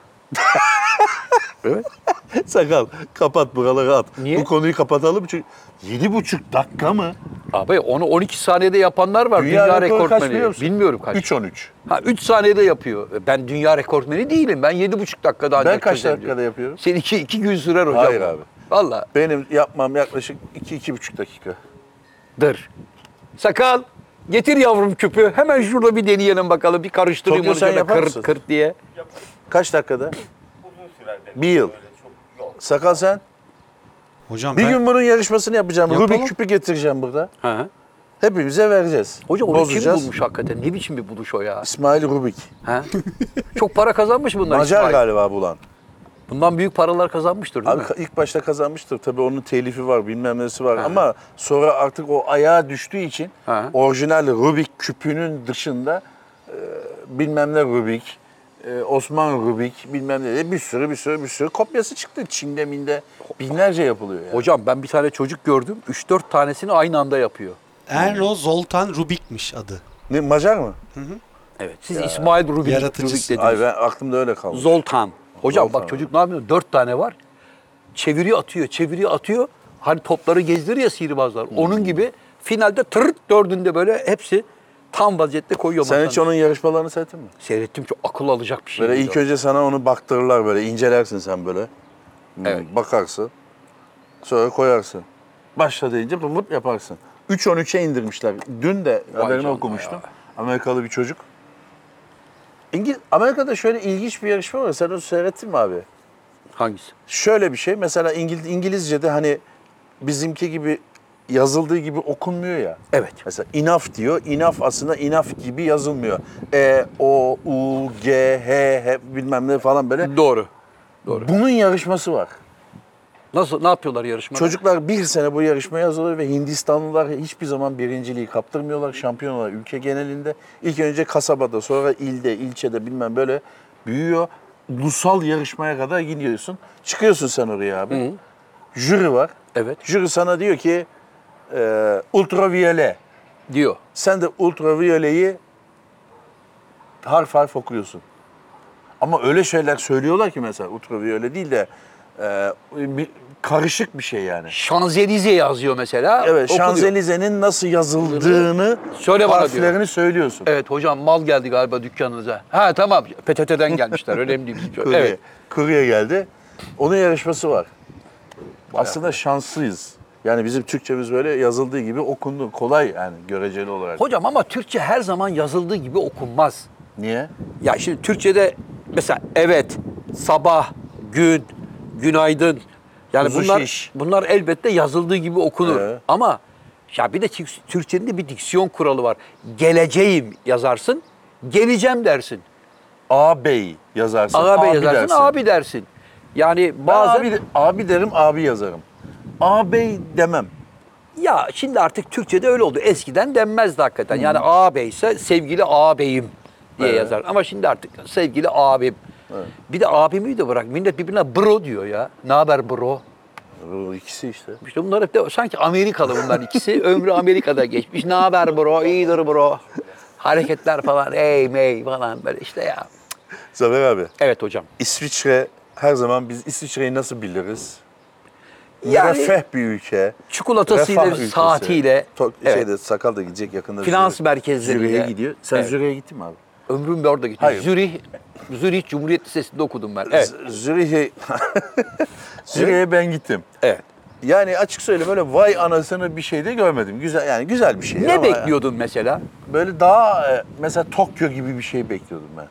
Speaker 2: Sakal kapat buraları at.
Speaker 3: Niye?
Speaker 2: Bu konuyu kapatalım çünkü yedi buçuk dakika mı?
Speaker 3: Abi onu 12 saniyede yapanlar var. Dünya, rekortmeni. Bilmiyorum kaç.
Speaker 2: 3 13.
Speaker 3: Ha 3 saniyede yapıyor. Ben dünya rekortmeni değilim. Ben 7,5 dakikada ancak
Speaker 2: Ben kaç
Speaker 3: çözerim
Speaker 2: dakikada
Speaker 3: diyor.
Speaker 2: yapıyorum?
Speaker 3: Senin 2 iki gün sürer hocam.
Speaker 2: Hayır abi.
Speaker 3: Vallahi
Speaker 2: Benim yapmam yaklaşık iki, iki buçuk dakika.
Speaker 3: dır. Sakal getir yavrum küpü. Hemen şurada bir deneyelim bakalım. Bir karıştırayım
Speaker 2: Tokyo
Speaker 3: onu
Speaker 2: sen
Speaker 3: şöyle
Speaker 2: yapar
Speaker 3: kırt
Speaker 2: mısın?
Speaker 3: kırt diye.
Speaker 2: Kaç dakikada?
Speaker 6: Uzun sürer demek.
Speaker 2: Bir yıl.
Speaker 6: Böyle çok yok.
Speaker 2: Sakal sen?
Speaker 4: Hocam
Speaker 2: Bir
Speaker 4: ben
Speaker 2: gün bunun yarışmasını yapacağım.
Speaker 4: Yapalım.
Speaker 2: Rubik küpü getireceğim burada.
Speaker 3: Ha.
Speaker 2: Hepimize vereceğiz.
Speaker 3: Hocam onu kim
Speaker 2: Bozacağız.
Speaker 3: bulmuş hakikaten? Ne biçim bir buluş o ya?
Speaker 2: İsmail Rubik.
Speaker 3: Ha? Çok para kazanmış bunlar
Speaker 2: Macar
Speaker 3: İsmail.
Speaker 2: galiba bulan.
Speaker 3: Bundan büyük paralar kazanmıştır değil
Speaker 2: Abi
Speaker 3: mi?
Speaker 2: ka- ilk başta kazanmıştır. Tabii onun telifi var, bilmem nesi var. Ama sonra artık o ayağa düştüğü için
Speaker 3: Ha.
Speaker 2: orijinal Rubik küpünün dışında e, bilmem ne Rubik, e, Osman Rubik, bilmem ne diye bir sürü bir sürü bir sürü kopyası çıktı. Çin'de, Min'de binlerce yapılıyor yani.
Speaker 3: Hocam ben bir tane çocuk gördüm. 3-4 tanesini aynı anda yapıyor.
Speaker 4: Erno Zoltan Rubik'miş adı.
Speaker 2: Ne, Macar mı?
Speaker 3: Evet. Siz İsmail Rubik, Rubik
Speaker 4: Yaratıcısı.
Speaker 3: dediniz.
Speaker 2: Ay ben aklımda öyle kaldı.
Speaker 3: Zoltan. Hocam
Speaker 2: Zoltan.
Speaker 3: bak çocuk ne yapıyor? Dört tane var. Çeviriyor atıyor, çeviriyor atıyor. Hani topları gezdirir ya sihirbazlar.
Speaker 2: Hmm.
Speaker 3: Onun gibi finalde tırt dördünde böyle hepsi tam vaziyette koyuyor.
Speaker 2: Sen
Speaker 3: masanın.
Speaker 2: hiç onun yarışmalarını seyrettin mi?
Speaker 3: Seyrettim çok akıl alacak bir şey.
Speaker 2: Böyle
Speaker 3: değil
Speaker 2: ilk
Speaker 3: o.
Speaker 2: önce sana onu baktırırlar böyle incelersin sen böyle. Hmm,
Speaker 3: Evet.
Speaker 2: Bakarsın. Sonra koyarsın. Başla deyince vıp yaparsın. 3-13'e indirmişler. Dün de haberini
Speaker 3: canına
Speaker 2: okumuştum.
Speaker 3: ya.
Speaker 2: Amerikalı bir çocuk. İngiliz, Amerika'da şöyle ilginç bir yarışma var. Sen onu seyrettin mi abi?
Speaker 3: Hangisi?
Speaker 2: Şöyle bir şey. Mesela İngiliz, İngilizce'de hani bizimki gibi yazıldığı gibi okunmuyor ya.
Speaker 3: Evet.
Speaker 2: Mesela inaf diyor. Inaf aslında inaf gibi yazılmıyor. E, O, U, G, H, H bilmem ne falan böyle.
Speaker 3: Doğru. Doğru.
Speaker 2: Bunun yarışması var.
Speaker 3: Nasıl, ne yapıyorlar yarışmada?
Speaker 2: Çocuklar bir sene bu yarışmaya hazırlıyor ve Hindistanlılar hiçbir zaman birinciliği kaptırmıyorlar. Şampiyonlar ülke genelinde. İlk önce kasabada sonra ilde, ilçede bilmem böyle büyüyor. Ulusal yarışmaya kadar gidiyorsun. Çıkıyorsun sen oraya abi. Jüri var.
Speaker 3: Evet.
Speaker 2: Jüri sana diyor ki e, ultraviyole.
Speaker 3: Diyor.
Speaker 2: Sen de ultraviyoleyi harf harf okuyorsun. Ama öyle şeyler söylüyorlar ki mesela ultraviyole değil de Ee, bir- karışık bir şey yani.
Speaker 1: Şanzelize yazıyor mesela.
Speaker 2: Evet,
Speaker 1: okuluyor.
Speaker 2: Şanzelize'nin nasıl yazıldığını,
Speaker 1: Söyle bana diyor.
Speaker 2: harflerini söylüyorsun.
Speaker 1: Evet hocam mal geldi galiba dükkanınıza. Ha tamam PTT'den gelmişler önemli değil.
Speaker 3: şey.
Speaker 2: [laughs] Kurye.
Speaker 1: evet.
Speaker 2: Kurye geldi. Onun yarışması var. Aslında şanslıyız. Yani bizim Türkçemiz böyle yazıldığı gibi okundu. Kolay yani göreceli olarak.
Speaker 1: Hocam ama Türkçe her zaman yazıldığı gibi okunmaz.
Speaker 2: Niye?
Speaker 3: Ya şimdi Türkçe'de mesela evet, sabah, gün, günaydın. Yani
Speaker 2: Kuzu
Speaker 3: bunlar
Speaker 2: şiş.
Speaker 3: bunlar elbette yazıldığı gibi okunur.
Speaker 2: Ee?
Speaker 3: Ama ya bir de Türk- Türkçenin de bir diksiyon kuralı var. Geleceğim yazarsın, geleceğim dersin.
Speaker 2: Ağabey yazarsın.
Speaker 3: Ağabey
Speaker 2: abi
Speaker 3: yazarsın,
Speaker 2: dersin.
Speaker 3: abi dersin. Yani
Speaker 2: Ben
Speaker 3: bazen
Speaker 2: abi, abi derim, abi yazarım. Ağabey demem.
Speaker 3: ya şimdi artık Türkçe'de öyle oldu. Eskiden denmezdi hakikaten. Yani ağabey ise sevgili ağabeyim diye
Speaker 2: Hmm. Evet.
Speaker 3: yazar. Ama şimdi artık sevgili abim. Bir de abimi de bırak. Millet birbirine bro diyor ya. Ne haber bro?
Speaker 2: Bu ikisi işte.
Speaker 3: İşte bunlar hep de sanki Amerikalı bunlar
Speaker 2: [laughs]
Speaker 3: ikisi. Ömrü Amerika'da geçmiş. Ne haber bro? İyidir bro. Hareketler falan. Ey mey falan böyle işte ya.
Speaker 2: Zafer abi,
Speaker 3: Evet hocam.
Speaker 2: İsviçre her zaman biz İsviçre'yi nasıl biliriz?
Speaker 3: Yani-
Speaker 2: Refah bir ülke.
Speaker 3: Çikolatasıyla,
Speaker 2: refah ülkesi.
Speaker 3: saatiyle.
Speaker 2: Tok-
Speaker 3: Evet.
Speaker 2: şeyde, sakal da gidecek yakında.
Speaker 3: Finans
Speaker 2: Zürih-
Speaker 3: merkezleriyle.
Speaker 2: Zürih'e gidiyor. Sen
Speaker 3: Evet.
Speaker 2: Zürih'e gittin mi abi?
Speaker 3: Ömrüm bir orada geçti.
Speaker 2: Hayır.
Speaker 3: Zürih, Zürih Cumhuriyet Lisesi'nde okudum ben. Evet. [laughs]
Speaker 2: Z- Zürih'e Zürih'e ben gittim.
Speaker 3: evet.
Speaker 2: Yani açık söyle böyle vay anasını bir şey de görmedim. Güzel yani güzel bir şey.
Speaker 3: Ne
Speaker 2: ama
Speaker 3: bekliyordun mesela?
Speaker 2: Böyle daha e, mesela Tokyo gibi bir şey bekliyordum ben.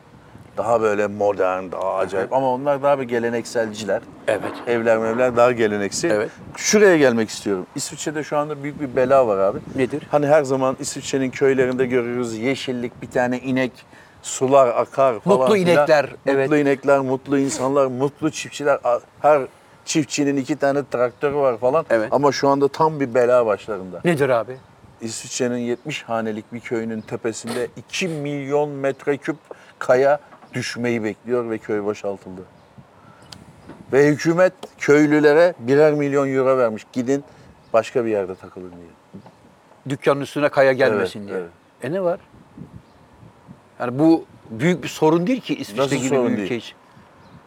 Speaker 2: Daha böyle modern, daha acayip ama onlar daha bir gelenekselciler.
Speaker 3: Evet.
Speaker 2: Evler mevler daha geleneksel.
Speaker 3: Evet.
Speaker 2: Şuraya gelmek istiyorum. İsviçre'de şu anda büyük bir bela var abi.
Speaker 3: Nedir?
Speaker 2: Hani her zaman İsviçre'nin köylerinde görüyoruz yeşillik, bir tane inek, sular akar falan.
Speaker 3: Mutlu
Speaker 2: filan.
Speaker 3: inekler,
Speaker 2: Mutlu
Speaker 3: evet.
Speaker 2: inekler, mutlu insanlar, mutlu çiftçiler. A- Her çiftçinin iki tane traktörü var falan.
Speaker 3: Evet.
Speaker 2: Ama şu anda tam bir bela başlarında.
Speaker 3: Nedir abi?
Speaker 2: İsviçre'nin 70 hanelik bir köyünün tepesinde 2 milyon metreküp kaya düşmeyi bekliyor ve köy boşaltıldı. Ve hükümet köylülere birer milyon euro vermiş. Gidin başka bir yerde takılın diye.
Speaker 3: Dükkanın üstüne kaya gelmesin
Speaker 2: Evet,
Speaker 3: diye.
Speaker 2: evet.
Speaker 3: E ne var? Yani bu büyük bir sorun değil ki İsviçre
Speaker 2: Nasıl
Speaker 3: gibi bir
Speaker 2: sorun
Speaker 3: ülke
Speaker 2: değil?
Speaker 3: için.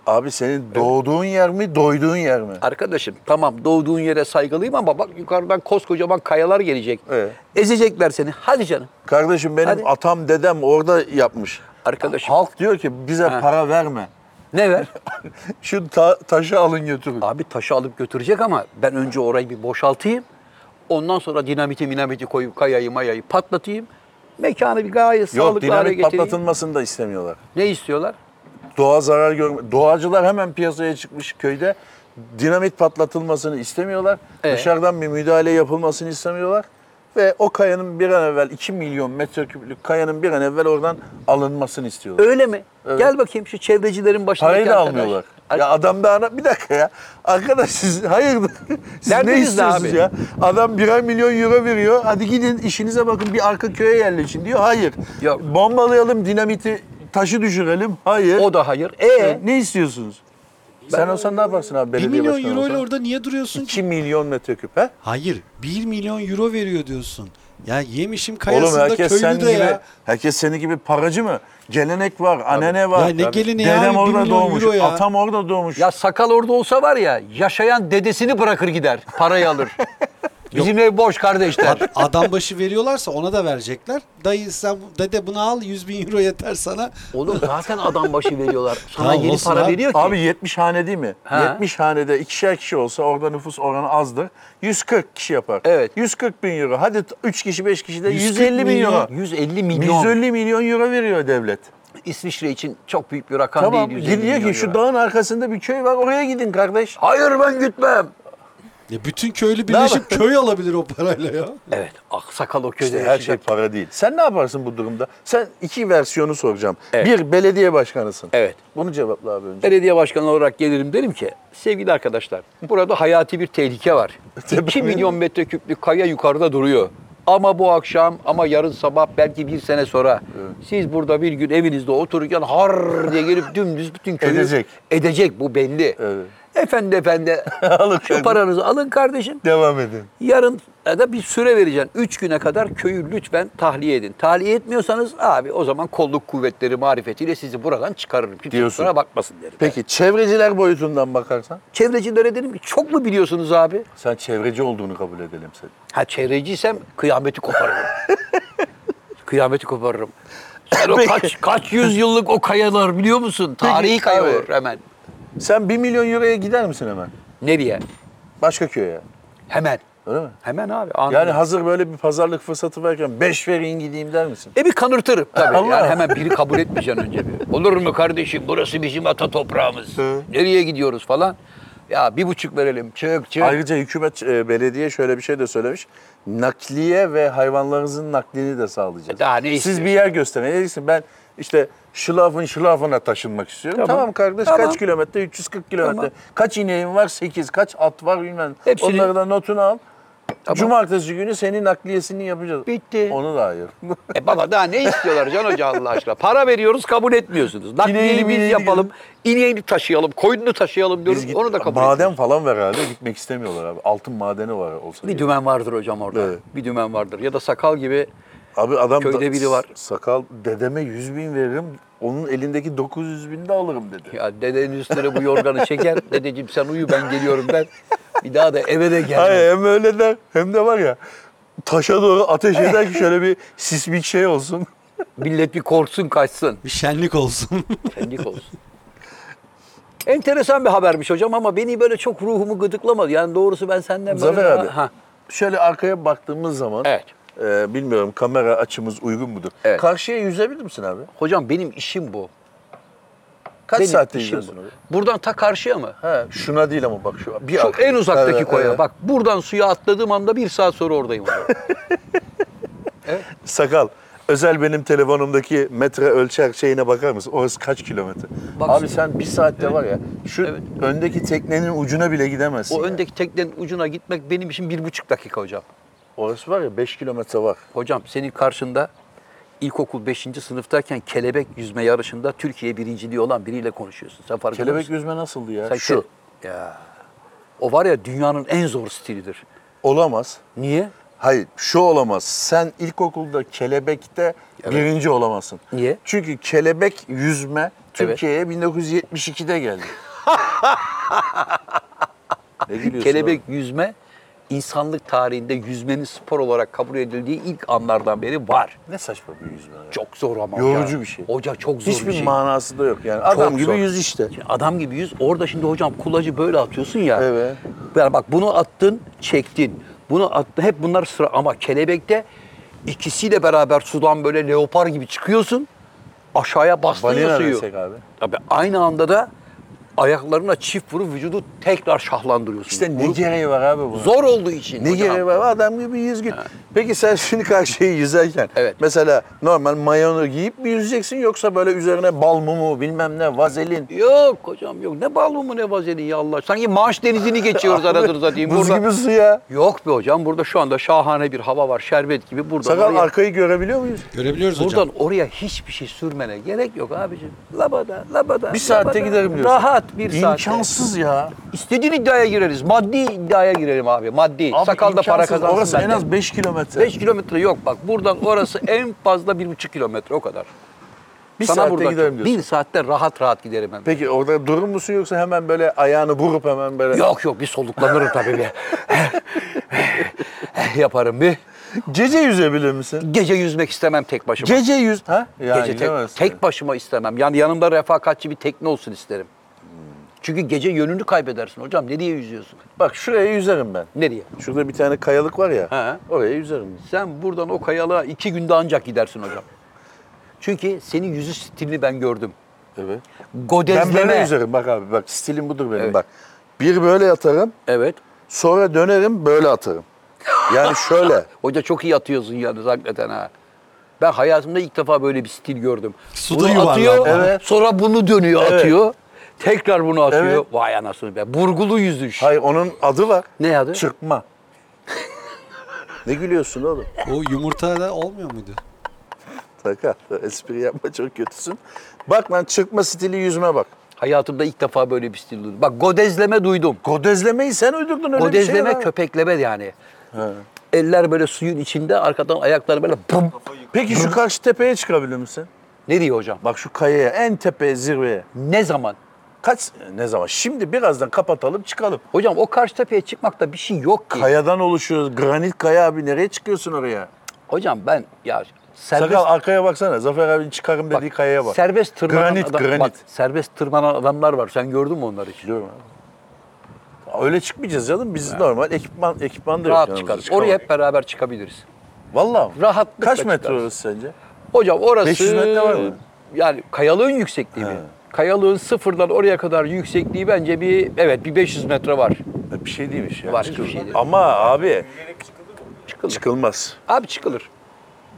Speaker 2: Abi senin doğduğun yer mi, doyduğun yer mi?
Speaker 3: Arkadaşım tamam doğduğun yere saygılıyım ama bak yukarıdan koskocaman kayalar gelecek.
Speaker 2: Evet.
Speaker 3: Ezecekler seni. Hadi canım.
Speaker 2: Kardeşim benim
Speaker 3: Hadi.
Speaker 2: atam, dedem orada yapmış.
Speaker 3: Arkadaşım
Speaker 2: Halk diyor ki bize para verme.
Speaker 3: ne ver? [laughs]
Speaker 2: Şu ta- taşı alın götürün.
Speaker 3: Abi taşı alıp götürecek ama ben önce orayı bir boşaltayım. Ondan sonra dinamiti minamiti koyup kayayı mayayı patlatayım. Mekanı bir gayet
Speaker 2: Yok
Speaker 3: sağlıklı hale
Speaker 2: dinamit
Speaker 3: getireyim.
Speaker 2: patlatılmasını da istemiyorlar.
Speaker 3: Ne istiyorlar?
Speaker 2: doğa zarar görme. Doğacılar hemen piyasaya çıkmış köyde. Dinamit patlatılmasını istemiyorlar.
Speaker 3: Ee?
Speaker 2: Dışarıdan bir müdahale yapılmasını istemiyorlar. Ve o kayanın bir an evvel 2 milyon metreküplük kayanın bir an evvel oradan alınmasını istiyorlar.
Speaker 3: Öyle mi? Gel bakayım şu çevrecilerin başındaki
Speaker 2: Parayı da
Speaker 3: arkadaş.
Speaker 2: almıyorlar. Ya adam da ana- bir dakika ya. Arkadaş siz hayırdır? [laughs] Siz ne
Speaker 3: Derdiniz ne
Speaker 2: istiyorsunuz
Speaker 3: abi?
Speaker 2: ya? Adam birer milyon euro veriyor. Hadi gidin işinize bakın bir arka köye yerleşin diyor. Hayır.
Speaker 3: Yok.
Speaker 2: Bombalayalım dinamiti taşı düşürelim. Hayır.
Speaker 3: O da hayır.
Speaker 4: Ee?
Speaker 3: E
Speaker 2: Ee, Ne istiyorsunuz? Sen olsan ne yaparsın abi
Speaker 4: 1
Speaker 2: belediye
Speaker 4: milyon
Speaker 2: başkanı
Speaker 4: euro ile
Speaker 2: olsan?
Speaker 4: orada niye duruyorsun ki?
Speaker 2: 2 milyon metreküp he?
Speaker 4: Hayır 1 milyon euro veriyor diyorsun. Ya yemişim
Speaker 2: Oğlum
Speaker 4: kayasında
Speaker 2: herkes
Speaker 4: köylü de
Speaker 2: sen gibi,
Speaker 4: ya.
Speaker 2: herkes senin gibi paracı mı? Gelenek var, anene var.
Speaker 4: Ya ne geleni ya?
Speaker 2: Dedem
Speaker 4: Bir
Speaker 2: orada
Speaker 4: milyon
Speaker 2: doğmuş,
Speaker 4: euro ya.
Speaker 2: atam orada doğmuş.
Speaker 3: ya sakal orada olsa var ya yaşayan dedesini bırakır gider. Parayı [laughs] alır. Bizim ev boş kardeşler.
Speaker 4: [laughs] Adam başı veriyorlarsa ona da verecekler. Dayı sen bu- dede bunu al 100 bin euro yeter sana.
Speaker 3: Oğlum zaten adam başı veriyorlar. Sana
Speaker 4: Tamam,
Speaker 3: yeni
Speaker 4: olsun
Speaker 3: para
Speaker 4: abi.
Speaker 3: veriyor ki.
Speaker 2: Abi 70 hane değil mi?
Speaker 3: Ha.
Speaker 2: 70 hanede ikişer kişi olsa orada nüfus oranı azdır. 140 kişi yapar.
Speaker 3: Evet.
Speaker 2: 140 bin euro. Hadi 3 kişi 5 kişi de
Speaker 4: 140
Speaker 2: 150 bin
Speaker 4: milyon.
Speaker 2: euro.
Speaker 3: 150 milyon.
Speaker 2: 150 milyon euro veriyor devlet.
Speaker 3: İsviçre için çok büyük bir rakam
Speaker 2: Tamam.
Speaker 3: değil. 150
Speaker 2: Diyor
Speaker 3: milyon
Speaker 2: ki şu
Speaker 3: euro.
Speaker 2: dağın arkasında bir köy var oraya gidin kardeş.
Speaker 3: Hayır ben gitmem.
Speaker 4: Ya bütün köylü birleşip köy alabilir o parayla ya.
Speaker 3: Evet aksakal o köyde
Speaker 2: İşte her şey
Speaker 3: yaşayacak.
Speaker 2: para değil. Sen ne yaparsın bu durumda? Sen iki versiyonu soracağım.
Speaker 3: Evet.
Speaker 2: Bir, belediye başkanısın.
Speaker 3: Evet.
Speaker 2: Bunu cevapla abi önce.
Speaker 3: Belediye başkanı olarak gelirim derim ki sevgili arkadaşlar burada hayati bir tehlike
Speaker 2: [laughs]
Speaker 3: var. 2 milyon metreküplük kaya yukarıda duruyor. Ama bu akşam ama yarın sabah belki bir sene sonra siz burada bir
Speaker 2: [laughs]
Speaker 3: gün evinizde otururken har diye gelip dümdüz bütün köyü
Speaker 2: Edecek.
Speaker 3: edecek bu belli.
Speaker 2: Evet.
Speaker 3: Efendi efendi
Speaker 2: [laughs] Alın
Speaker 3: şu
Speaker 2: kardeşim.
Speaker 3: paranızı alın kardeşim.
Speaker 2: Devam edin.
Speaker 3: Yarın e, da bir süre vereceğim. Üç güne kadar köyü lütfen tahliye edin. Tahliye etmiyorsanız abi o zaman kolluk kuvvetleri marifetiyle sizi buradan çıkarırım. Kimse
Speaker 2: Diyorsun.
Speaker 3: kusura bakmasın derim.
Speaker 2: Peki çevreciler boyutundan bakarsan?
Speaker 3: Çevrecilere dedim ki çok mu biliyorsunuz abi?
Speaker 2: Sen çevreci olduğunu kabul edelim sen.
Speaker 3: Ha çevreciysem kıyameti koparırım.
Speaker 2: [laughs]
Speaker 3: kıyameti koparırım. Sen o kaç, kaç yüz yıllık o kayalar biliyor musun? Tarihi kaya
Speaker 2: abi.
Speaker 3: olur hemen.
Speaker 2: Sen 1 milyon euroya gider misin hemen?
Speaker 3: Nereye?
Speaker 2: Başka köye.
Speaker 3: Hemen.
Speaker 2: Öyle mi?
Speaker 3: Hemen abi. anında.
Speaker 2: Yani hazır böyle bir pazarlık fırsatı varken 5 vereyim gideyim der misin?
Speaker 3: E bir kanırtırım tabii.
Speaker 2: Allah.
Speaker 3: Yani hemen biri kabul etmeyeceksin önce bir. Olur mu kardeşim burası bizim ata toprağımız. Nereye gidiyoruz falan. Ya bir buçuk verelim. Çık çık.
Speaker 2: Ayrıca hükümet e, belediye şöyle bir şey de söylemiş. Nakliye ve hayvanlarınızın naklini de sağlayacağız.
Speaker 3: Daha ne
Speaker 2: Siz
Speaker 3: istiyorsun?
Speaker 2: bir yer gösterin. Ne diyeceksin? Ben işte şılafın şılafına taşınmak istiyorum. Tamam, kardeş
Speaker 3: Tamam.
Speaker 2: kaç kilometre? 340 kilometre.
Speaker 3: Tamam.
Speaker 2: Kaç ineğin var? 8. Kaç at var bilmem.
Speaker 3: Hepsini-
Speaker 2: Onları da notunu al.
Speaker 3: Tamam.
Speaker 2: Cumartesi günü senin nakliyesini yapacağız.
Speaker 3: Bitti.
Speaker 2: Onu
Speaker 3: [laughs]
Speaker 2: da hayır.
Speaker 3: E baba daha ne istiyorlar Can Hoca Allah aşkına? Para veriyoruz kabul etmiyorsunuz. Nakliyeyi
Speaker 2: İneğini,
Speaker 3: biz
Speaker 2: bineğini
Speaker 3: yapalım. İneğini taşıyalım, koyununu taşıyalım diyoruz.
Speaker 2: Biz git-
Speaker 3: Onu da kabul
Speaker 2: Maden
Speaker 3: etmiyorsunuz.
Speaker 2: falan var herhalde. Gitmek istemiyorlar abi. Altın madeni var olsa.
Speaker 3: Bir
Speaker 2: gerek.
Speaker 3: dümen vardır hocam orada.
Speaker 2: Evet.
Speaker 3: Bir dümen vardır. Ya da sakal gibi
Speaker 2: Abi adam
Speaker 3: Köyde
Speaker 2: da-
Speaker 3: biri var.
Speaker 2: Sakal dedeme 100 bin veririm. Onun elindeki 900 bin de alırım dedi.
Speaker 3: ya dedenin üstüne bu yorganı çeker.
Speaker 2: [laughs]
Speaker 3: Dedeciğim sen uyu ben geliyorum ben. Bir daha da eve de gelmem.
Speaker 2: Hayır hem öyle der hem de var ya taşa doğru ateş eder ki şöyle bir sismik şey olsun.
Speaker 3: Millet bir korksun kaçsın.
Speaker 4: Bir şenlik olsun.
Speaker 3: Pendik olsun. Enteresan bir habermiş hocam ama beni böyle çok ruhumu gıdıklamadı. Yani doğrusu ben senden [laughs] böyle...
Speaker 2: Zafer
Speaker 3: daha-
Speaker 2: abi.
Speaker 3: Ha.
Speaker 2: Şöyle arkaya baktığımız zaman
Speaker 3: Evet.
Speaker 2: e, bilmiyorum kamera açımız uygun mudur?
Speaker 3: Evet.
Speaker 2: Karşıya yüzebilir misin abi?
Speaker 3: Hocam benim işim bu.
Speaker 2: Kaç
Speaker 3: benim
Speaker 2: saatte
Speaker 3: işim
Speaker 2: yüzüyorsun?
Speaker 3: bu.
Speaker 2: abi?
Speaker 3: Buradan ta karşıya mı?
Speaker 2: He, şuna değil ama bak şu. Bir
Speaker 3: Şu
Speaker 2: arkaya. e,
Speaker 3: en uzaktaki
Speaker 2: Evet,
Speaker 3: koya.
Speaker 2: evet.
Speaker 3: Bak buradan suya atladığım anda bir saat sonra oradayım.
Speaker 2: [laughs]
Speaker 3: hocam.
Speaker 2: Sakal. Özel benim telefonumdaki metre ölçer şeyine bakar mısın? Orası kaç kilometre?
Speaker 3: Bak
Speaker 2: Abi
Speaker 3: şimdi.
Speaker 2: sen bir saatte var ya şu
Speaker 3: Evet.
Speaker 2: öndeki teknenin ucuna bile gidemezsin.
Speaker 3: o
Speaker 2: ya.
Speaker 3: öndeki teknenin ucuna gitmek benim için bir buçuk dakika hocam.
Speaker 2: Orası var ya 5 kilometre var.
Speaker 3: Hocam senin karşında ilkokul 5. sınıftayken kelebek yüzme yarışında Türkiye birinciliği olan biriyle konuşuyorsun. Sen farkında
Speaker 2: Kelebek
Speaker 3: mısın?
Speaker 2: yüzme nasıldı ya?
Speaker 3: Sen
Speaker 2: şu.
Speaker 3: ke- Ya. O var ya dünyanın en zor stilidir.
Speaker 2: Olamaz.
Speaker 3: Niye?
Speaker 2: Hayır şu olamaz. Sen ilkokulda kelebekte birinci olamazsın.
Speaker 3: Niye?
Speaker 2: Çünkü kelebek yüzme
Speaker 3: Evet.
Speaker 2: Türkiye'ye
Speaker 3: [laughs]
Speaker 2: 1972'de geldi. ne gülüyorsun
Speaker 3: Kelebek
Speaker 2: oğlum?
Speaker 3: yüzme insanlık tarihinde yüzmenin spor olarak kabul edildiği ilk anlardan beri var.
Speaker 2: Ne saçma bir yüzme. ya.
Speaker 3: Çok zor ama.
Speaker 2: Yorucu
Speaker 3: hocam.
Speaker 2: bir şey.
Speaker 3: Hoca çok zor
Speaker 2: Hiçbir
Speaker 3: bir şey.
Speaker 2: manası da yok yani. Adam gibi
Speaker 3: zor.
Speaker 2: yüz işte.
Speaker 3: Şimdi Adam gibi yüz. Orada şimdi hocam kulacı böyle atıyorsun ya.
Speaker 2: Evet.
Speaker 3: Yani bak bunu attın, çektin. Bunu attın. Hep bunlar sıra ama kelebekte ikisiyle beraber sudan böyle leopar gibi çıkıyorsun. Aşağıya bastırıyor
Speaker 2: Balina
Speaker 3: suyu.
Speaker 2: desek abi.
Speaker 3: Tabii aynı anda da ayaklarına çift vurup vücudu tekrar şahlandırıyorsun.
Speaker 2: İşte ne
Speaker 3: Vurup-
Speaker 2: gereği var abi buna?
Speaker 3: Zor olduğu için.
Speaker 2: Ne
Speaker 3: hocam.
Speaker 2: gereği var? Adam gibi yüz git. Peki sen şimdi karşıya yüzerken
Speaker 3: Evet.
Speaker 2: mesela normal mayonu giyip mi yüzeceksin yoksa böyle üzerine bal mumu bilmem ne vazelin
Speaker 3: Yok hocam yok. Ne balmumu ne vazelin ya Allah. Sanki maaş denizini
Speaker 2: [laughs]
Speaker 3: geçiyoruz aradır zaten.
Speaker 2: buz
Speaker 3: Burada...
Speaker 2: gibi suya.
Speaker 3: Yok be hocam. Burada şu anda şahane bir hava var. Şerbet gibi. Buradan
Speaker 2: Sakal
Speaker 3: oraya,
Speaker 2: arkayı görebiliyor muyuz?
Speaker 4: [laughs] Görebiliyoruz hocam.
Speaker 3: buradan oraya hiçbir şey sürmene gerek yok abicim. Labada, labada.
Speaker 2: Bir saatte
Speaker 3: labada.
Speaker 2: giderim diyorsun.
Speaker 3: Rahat bir saatte.
Speaker 2: İmkansız ya.
Speaker 3: İstediğin iddiaya gireriz. Maddi iddiaya girelim abi. Maddi.
Speaker 2: Abi
Speaker 3: Sakalda para
Speaker 2: imkansız.
Speaker 3: kazansın
Speaker 2: Orası en
Speaker 3: benden.
Speaker 2: az 5 kilometre.
Speaker 3: 5 kilometre yok bak. Buradan orası en fazla bir buçuk kilometre o kadar.
Speaker 2: bir
Speaker 3: Sana
Speaker 2: saatte
Speaker 3: buradan-
Speaker 2: giderim diyorsun.
Speaker 3: Bir saatte rahat rahat giderim ben.
Speaker 2: Peki orada durur musun yoksa hemen böyle ayağını vurup hemen böyle
Speaker 3: Yok yok bir soluklanırım tabii bir. Eh, Yaparım bir.
Speaker 2: gece yüzebilir misin?
Speaker 3: Gece yüzmek istemem tek başıma.
Speaker 2: Gece yüz ha? Yani
Speaker 3: gece tek,
Speaker 2: gidemezsin.
Speaker 3: tek başıma istemem. Yani yanımda refakatçi bir tekne olsun isterim. Çünkü gece yönünü kaybedersin hocam. Nereye yüzüyorsun?
Speaker 2: Bak şuraya yüzerim ben.
Speaker 3: Nereye?
Speaker 2: Şurada bir tane kayalık var ya.
Speaker 3: Ha.
Speaker 2: Oraya yüzerim.
Speaker 3: Sen buradan o kayalığa iki günde ancak gidersin hocam. Çünkü senin yüzü stilini ben gördüm.
Speaker 2: Evet. Ben
Speaker 3: Godelzleme.
Speaker 2: böyle yüzerim bak abi bak stilim budur benim
Speaker 3: Evet.
Speaker 2: bak. Bir böyle atarım
Speaker 3: Evet.
Speaker 2: sonra dönerim böyle atarım. Yani
Speaker 3: [laughs]
Speaker 2: şöyle.
Speaker 3: Hoca çok iyi atıyorsun yalnız hakikaten ha. Ben hayatımda ilk defa böyle bir stil gördüm.
Speaker 4: Suda
Speaker 3: bunu
Speaker 4: yuvarlan.
Speaker 3: atıyor,
Speaker 2: Evet.
Speaker 3: sonra bunu dönüyor
Speaker 2: Evet.
Speaker 3: atıyor. Tekrar bunu atıyor.
Speaker 2: Evet.
Speaker 3: Vay anasını be. Burgulu yüzüş.
Speaker 2: Hayır onun adı var.
Speaker 3: Ne adı?
Speaker 2: Çırpma. ne gülüyorsun oğlum?
Speaker 4: O yumurta da olmuyor muydu?
Speaker 2: Taka espri yapma çok kötüsün. Bak lan çırpma stili yüzme bak.
Speaker 3: Hayatımda ilk defa böyle bir stil duydum. Bak godezleme duydum.
Speaker 2: Godezlemeyi sen uydurdun öyle bir şey.
Speaker 3: Godezleme
Speaker 2: var.
Speaker 3: köpekleme yani. Eller böyle suyun içinde arkadan ayaklar böyle bum.
Speaker 2: Peki şu karşı tepeye çıkabiliyor musun?
Speaker 3: Ne diyor hocam?
Speaker 2: Bak şu kayaya, en tepeye, zirveye.
Speaker 3: Ne zaman?
Speaker 2: Kaç, ne zaman? Şimdi birazdan kapatalım çıkalım.
Speaker 3: Hocam o karşı tepeye çıkmakta bir şey yok ki.
Speaker 2: Kayadan oluşuyor. Granit kaya abi nereye çıkıyorsun oraya?
Speaker 3: Hocam ben ya serbest
Speaker 2: Sakal arkaya baksana. Zafer abinin çıkarım dediği kayaya bak.
Speaker 3: Serbest tırmanan
Speaker 2: Granit,
Speaker 3: adam-
Speaker 2: granit.
Speaker 3: Bak, serbest tırmanan adamlar var. Sen gördün mü onları hiç?
Speaker 2: Biliyorum abi. Öyle çıkmayacağız canım. Biz normal ekipman ekipman da yok.
Speaker 3: Rahat
Speaker 2: yanımızda.
Speaker 3: çıkarız.
Speaker 2: Çıkamam.
Speaker 3: Oraya hep beraber çıkabiliriz.
Speaker 2: Vallahi mi?
Speaker 3: Rahatlıkla
Speaker 2: Kaç metre
Speaker 3: çıkarız.
Speaker 2: orası sence?
Speaker 3: Hocam orası
Speaker 2: 500 metre var mı?
Speaker 3: Yani kayalığın yüksekliği mi? Kayalığın sıfırdan oraya kadar yüksekliği bence bir evet bir 500 metre var.
Speaker 2: E, Bir şey değilmiş ya.
Speaker 3: Var,
Speaker 2: Çıkılır.
Speaker 3: bir şey değil.
Speaker 2: Ama abi
Speaker 3: Çıkılır.
Speaker 2: çıkılmaz.
Speaker 3: Abi çıkılır.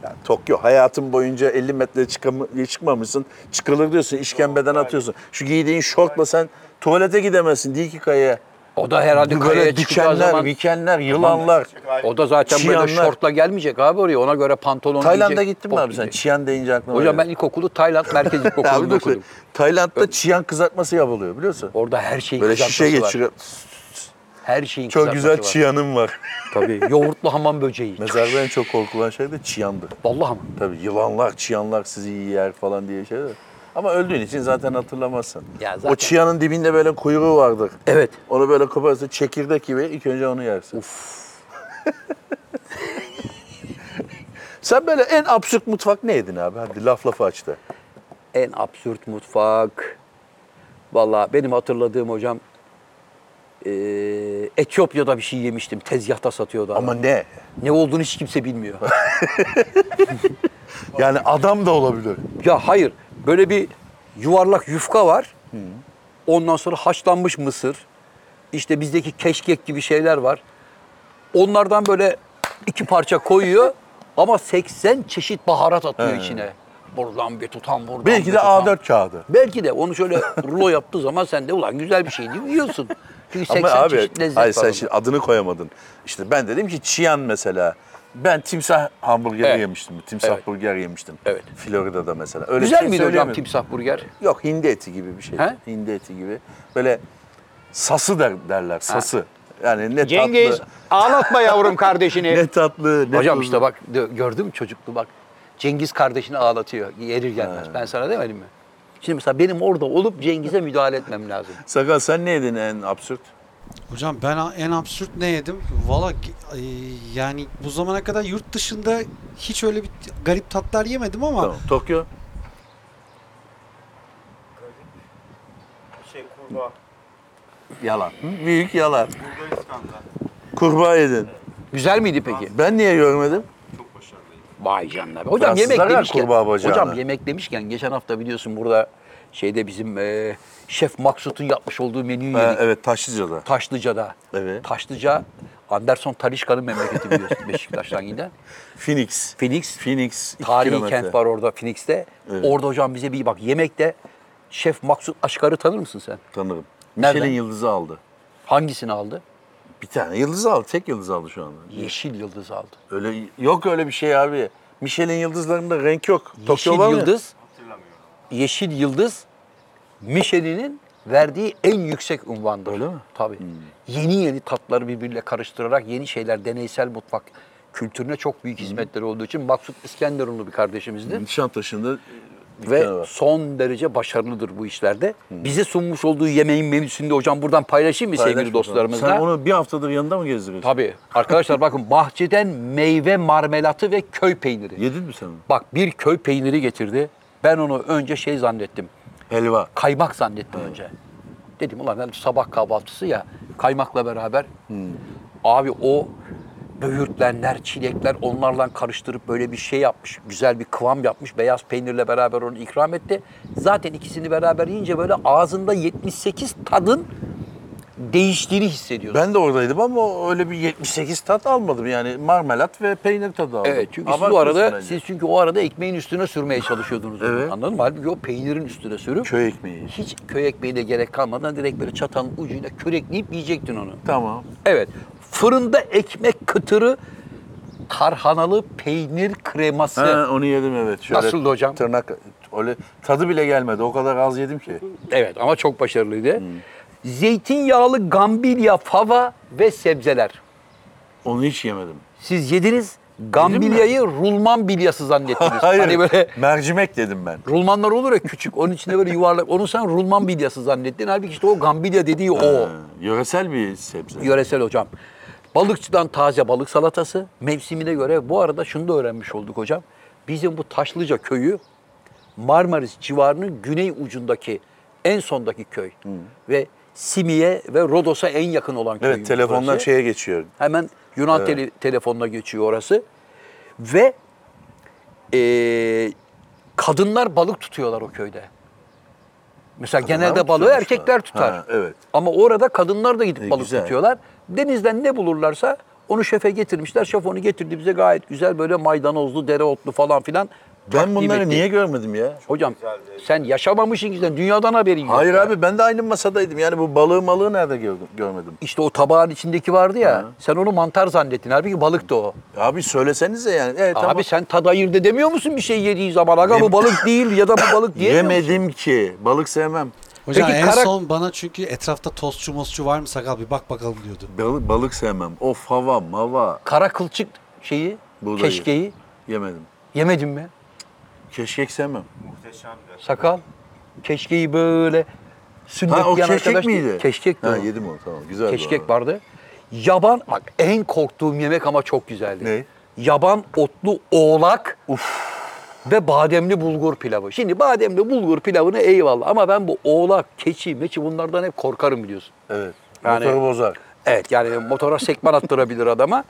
Speaker 2: Yani Tokyo hayatın boyunca 50 metre çıkam- çıkmamışsın. Çıkılır diyorsun. işkembeden atıyorsun. Şu giydiğin şortla sen tuvalete gidemezsin. Değil ki kayaya.
Speaker 3: O da herhalde kayaya
Speaker 2: Böyle
Speaker 3: çıkacağı
Speaker 2: dikenler,
Speaker 3: zaman
Speaker 2: dikenler, yılanlar.
Speaker 3: o da zaten böyle
Speaker 2: Çiyanlar.
Speaker 3: şortla gelmeyecek abi oraya. Ona göre pantolon
Speaker 2: Tayland'a
Speaker 3: giyecek,
Speaker 2: gittin mi
Speaker 3: bot
Speaker 2: abi sen?
Speaker 3: giyecek.
Speaker 2: Çiyan deyince aklıma
Speaker 3: Hocam ben
Speaker 2: geldi.
Speaker 3: ilkokulu Tayland
Speaker 2: [laughs]
Speaker 3: Merkez
Speaker 2: Abi
Speaker 3: İlkokulu'nda
Speaker 2: dur,
Speaker 3: okudum.
Speaker 2: Tayland'da çiyan kızartması yapılıyor biliyorsun.
Speaker 3: Orada her şeyin
Speaker 2: Böyle
Speaker 3: kızartması
Speaker 2: şişe
Speaker 3: var.
Speaker 2: geçiriyor.
Speaker 3: Her şeyin
Speaker 2: Çok
Speaker 3: kızartması
Speaker 2: güzel
Speaker 3: var.
Speaker 2: çiyanım var. [laughs]
Speaker 3: [laughs] Tabii. Yoğurtlu hamam böceği.
Speaker 2: Mezarda en çok korkulan şey de çiyandı.
Speaker 3: Vallahi mı?
Speaker 2: Tabii yılanlar, çiyanlar sizi yer falan diye şeyler. Ama öldüğün için zaten hatırlamazsın.
Speaker 3: Ya zaten-
Speaker 2: O çiyanın dibinde böyle kuyruğu vardır.
Speaker 3: Evet.
Speaker 2: Onu böyle koparsın çekirdek gibi ilk önce onu yersin. [laughs] Sen böyle en absürt mutfak ne yedin abi? Hadi laf lafı açtı.
Speaker 3: En absürt mutfak. Vallahi benim hatırladığım hocam eee, Etiyopya'da bir şey yemiştim. Tezgahta satıyordu adam.
Speaker 2: Ama ne?
Speaker 3: Ne olduğunu hiç kimse bilmiyor.
Speaker 2: Yani adam da olabilir.
Speaker 3: ya hayır. Böyle bir yuvarlak yufka var. Ondan sonra haşlanmış mısır. İşte bizdeki keşkek gibi şeyler var. Onlardan böyle iki parça koyuyor ama 80 çeşit baharat atıyor içine. Buradan bir tutam, buradan
Speaker 2: Belki
Speaker 3: bir
Speaker 2: de
Speaker 3: tutam.
Speaker 2: A4 kağıdı.
Speaker 3: Belki de onu şöyle rulo yaptığı zaman sen de ulan güzel bir şey değil mi yiyorsun. Çünkü 80
Speaker 2: Ama abi
Speaker 3: çeşit lezzet
Speaker 2: hayır,
Speaker 3: var.
Speaker 2: sen
Speaker 3: onda.
Speaker 2: şimdi adını koyamadın. İşte ben dedim ki çiyan mesela. Ben timsah hamburgeri
Speaker 3: Evet.
Speaker 2: yemiştim. Timsah
Speaker 3: Evet.
Speaker 2: burger yemiştim.
Speaker 3: Evet.
Speaker 2: Florida'da mesela. Öyle bir
Speaker 3: Güzel
Speaker 2: şey
Speaker 3: miydi hocam
Speaker 2: söyleyemiyorum.
Speaker 3: timsah burger?
Speaker 2: Yok hindi eti gibi bir şey.
Speaker 3: He?
Speaker 2: Hindi eti gibi. Böyle sası der, derler sası. Yani ne
Speaker 7: Cengiz
Speaker 2: tatlı.
Speaker 7: ağlatma yavrum kardeşini.
Speaker 2: [laughs] Ne tatlı, ne
Speaker 3: Hocam
Speaker 2: tuzlu.
Speaker 3: işte bak gö- gördün mü çocuklu bak. Cengiz kardeşini ağlatıyor yerir gelmez. Ben sana demedim mi? Şimdi mesela benim orada olup Cengiz'e müdahale etmem lazım.
Speaker 2: Sakal sen ne yedin en absürt?
Speaker 4: Hocam ben a- en absürt ne yedim? Valla ge- e, yani bu zamana kadar yurt dışında hiç öyle bir t- garip tatlar yemedim ama
Speaker 2: Tamam. Tokyo.
Speaker 5: Şey kurbağa.
Speaker 2: Yalan. Büyük yalan.
Speaker 5: Bulgaristan'da.
Speaker 2: Kurbağa yedin.
Speaker 3: Güzel miydi peki?
Speaker 2: Ben niye görmedim?
Speaker 5: Çok başarılıydı.
Speaker 3: Vay canına. be. Hocam
Speaker 2: Fransızlar
Speaker 3: yemek
Speaker 2: yer
Speaker 3: demişken.
Speaker 2: kurbağa bacağını.
Speaker 3: Hocam yemek demişken geçen hafta biliyorsun burada şeyde bizim eee, Şef Maksut'un yapmış olduğu menüyü
Speaker 2: Ha,
Speaker 3: yedik.
Speaker 2: evet Taşlıca'da.
Speaker 3: Taşlıca'da.
Speaker 2: Evet.
Speaker 3: Taşlıca Anderson Talişka'nın memleketi
Speaker 2: [laughs]
Speaker 3: biliyorsun Beşiktaş'tan giden.
Speaker 2: Phoenix.
Speaker 3: Phoenix.
Speaker 2: Phoenix. iki
Speaker 3: Tarihi
Speaker 2: kilometre.
Speaker 3: kent var orada Phoenix'te.
Speaker 2: Evet.
Speaker 3: Orada hocam bize bir bak yemekte Şef Maksut Aşkar'ı tanır mısın sen?
Speaker 2: Tanırım.
Speaker 3: Nereden?
Speaker 2: Michelin yıldızı aldı.
Speaker 3: Hangisini aldı?
Speaker 2: Bir tane yıldız aldı. Tek yıldız aldı şu anda.
Speaker 3: Yeşil yıldız aldı.
Speaker 2: Öyle yok öyle bir şey abi. Michelin yıldızlarında renk yok. Tokyo var
Speaker 3: Yeşil
Speaker 2: mı?
Speaker 3: yıldız,
Speaker 5: Hatırlamıyorum.
Speaker 3: yeşil yıldız Michelin'in verdiği en yüksek unvandır.
Speaker 2: Öyle mi? Hmm.
Speaker 3: Tabii. Yeni yeni tatları birbiriyle karıştırarak yeni şeyler, deneysel mutfak kültürüne çok büyük hizmetleri olduğu için Maksut İskenderunlu bir kardeşimizdir.
Speaker 2: Nişantaşı'nda dükkanı
Speaker 3: Ve
Speaker 2: var.
Speaker 3: son derece başarılıdır bu işlerde. Bize sunmuş olduğu yemeğin menüsünü de hocam buradan paylaşayım mı sevgili
Speaker 2: Paylaş
Speaker 3: dostlarımızla?
Speaker 2: bakalım. Sen onu bir haftadır yanında mı gezdiriyorsun?
Speaker 3: Tabii. Arkadaşlar bakın bahçeden meyve marmelatı ve köy peyniri.
Speaker 2: Yedin mi sen onu?
Speaker 3: Bak bir köy peyniri getirdi. Ben onu önce şey zannettim.
Speaker 2: Helva.
Speaker 3: Kaymak zannettim önce. Dedim ulan ben sabah kahvaltısı ya kaymakla beraber.
Speaker 2: Hmm.
Speaker 3: Abi o böğürtlenler, çilekler onlarla karıştırıp böyle bir şey yapmış. Güzel bir kıvam yapmış. Beyaz peynirle beraber onu ikram etti. Zaten ikisini beraber yiyince böyle ağzında 78 tadın değiştiğini hissediyorsun.
Speaker 2: Ben de oradaydım ama öyle bir 78 tat almadım yani marmelat ve peynir tadı aldım.
Speaker 3: Evet çünkü siz o
Speaker 2: Abartıyorsun
Speaker 3: arada
Speaker 2: bence.
Speaker 3: siz çünkü o arada ekmeğin üstüne sürmeye çalışıyordunuz. onu,
Speaker 2: Evet.
Speaker 3: Anladın mı? Halbuki o peynirin üstüne sürüp
Speaker 2: Köy ekmeği.
Speaker 3: hiç köy ekmeği de gerek kalmadan direkt böyle çatanın ucuyla kürekleyip yiyecektin onu.
Speaker 2: Tamam.
Speaker 3: Evet. Fırında ekmek kıtırı tarhanalı peynir kreması.
Speaker 2: Ha, onu yedim evet. Şöyle
Speaker 3: Nasıldı hocam?
Speaker 2: Tırnak Öyle tadı bile gelmedi. O kadar az yedim ki.
Speaker 8: Evet ama çok
Speaker 2: Hmm.
Speaker 8: başarılıydı.
Speaker 3: Zeytinyağlı gambilya fava ve sebzeler.
Speaker 2: Onu hiç yemedim.
Speaker 3: Siz yediniz gambilyayı rulman bilyası zannettiniz.
Speaker 2: [laughs] Hayır.
Speaker 3: Hani böyle
Speaker 2: Mercimek dedim ben.
Speaker 3: rulmanlar olur ya küçük onun içinde böyle yuvarlak. Onu sen rulman bilyası zannettin. Halbuki işte o gambilya dediği o.
Speaker 2: Ha, yöresel bir sebze.
Speaker 3: Yöresel hocam. Balıkçıdan taze balık salatası mevsimine göre. Bu arada şunu da öğrenmiş olduk hocam. Bizim bu Taşlıca köyü Marmaris civarının güney ucundaki en sondaki köy. Ve Simiye ve Rodos'a en yakın olan köy.
Speaker 2: evet telefondan şeye geçiyor.
Speaker 3: Hemen Yunan
Speaker 2: Evet.
Speaker 3: tele- telefonuna geçiyor orası. Ve eee, kadınlar balık tutuyorlar o köyde. Mesela
Speaker 2: Kadınlar mı
Speaker 3: genelde balığı
Speaker 2: tutuyormuş
Speaker 3: erkekler
Speaker 2: da?
Speaker 3: tutar.
Speaker 2: Ha, evet.
Speaker 3: Ama orada kadınlar da gidip
Speaker 2: E,
Speaker 3: balık
Speaker 2: güzel.
Speaker 3: tutuyorlar. Denizden ne bulurlarsa onu şefe getirmişler. Şef onu getirdi bize gayet güzel böyle maydanozlu, dereotlu falan filan.
Speaker 2: Ben
Speaker 3: Takdim
Speaker 2: bunları
Speaker 3: etti.
Speaker 2: niye görmedim ya?
Speaker 3: Hocam sen yaşamamışsın ki sen dünyadan haberin yok.
Speaker 2: Hayır
Speaker 3: ya.
Speaker 2: abi ben de aynı masadaydım. Yani bu balığı malığı nerede gördüm, görmedim?
Speaker 3: İşte o tabağın içindeki vardı ya. Sen onu mantar zannettin. Halbuki balıktı o.
Speaker 2: Abi söylesenize yani. Evet,
Speaker 3: Abi
Speaker 2: tamam.
Speaker 3: sen tad ayırt edemiyor musun bir şey yediği zaman? Aga bu
Speaker 2: E Yem-
Speaker 3: balık değil ya da bu balık diyemiyor musun?
Speaker 2: Yemedim ki. Balık sevmem.
Speaker 4: Hocam
Speaker 3: Peki
Speaker 4: en
Speaker 3: karak-
Speaker 4: son bana çünkü etrafta tostçu mostçu var mı sakal bir bak bakalım diyordu.
Speaker 2: Balık, balık sevmem. Of hava mava
Speaker 3: Kara kılçık şeyi,
Speaker 2: Buğdayı.
Speaker 3: keşkeyi
Speaker 2: yemedim.
Speaker 3: yemedin mi?
Speaker 2: Keşkek sevmem.
Speaker 5: Muhteşemdir.
Speaker 3: Sakal. Keşkeyi böyle sünnet
Speaker 2: Ha o
Speaker 3: yiyen
Speaker 2: keşkek
Speaker 3: arkadaş-
Speaker 2: miydi?
Speaker 3: Keşkekti
Speaker 2: Ha
Speaker 3: o.
Speaker 2: yedim onu tamam. Güzel.
Speaker 3: Keşkek vardı. Yaban, bak en korktuğum yemek ama çok güzeldi.
Speaker 2: Ne?
Speaker 3: Yaban otlu oğlak ve bademli bulgur pilavı. Şimdi bademli bulgur pilavını eyvallah ama ben bu oğlak, keçi, meçi bunlardan hep korkarım biliyorsun.
Speaker 2: Evet.
Speaker 3: Yani-
Speaker 2: Motoru bozar.
Speaker 3: Evet yani motora sekman attırabilir adama.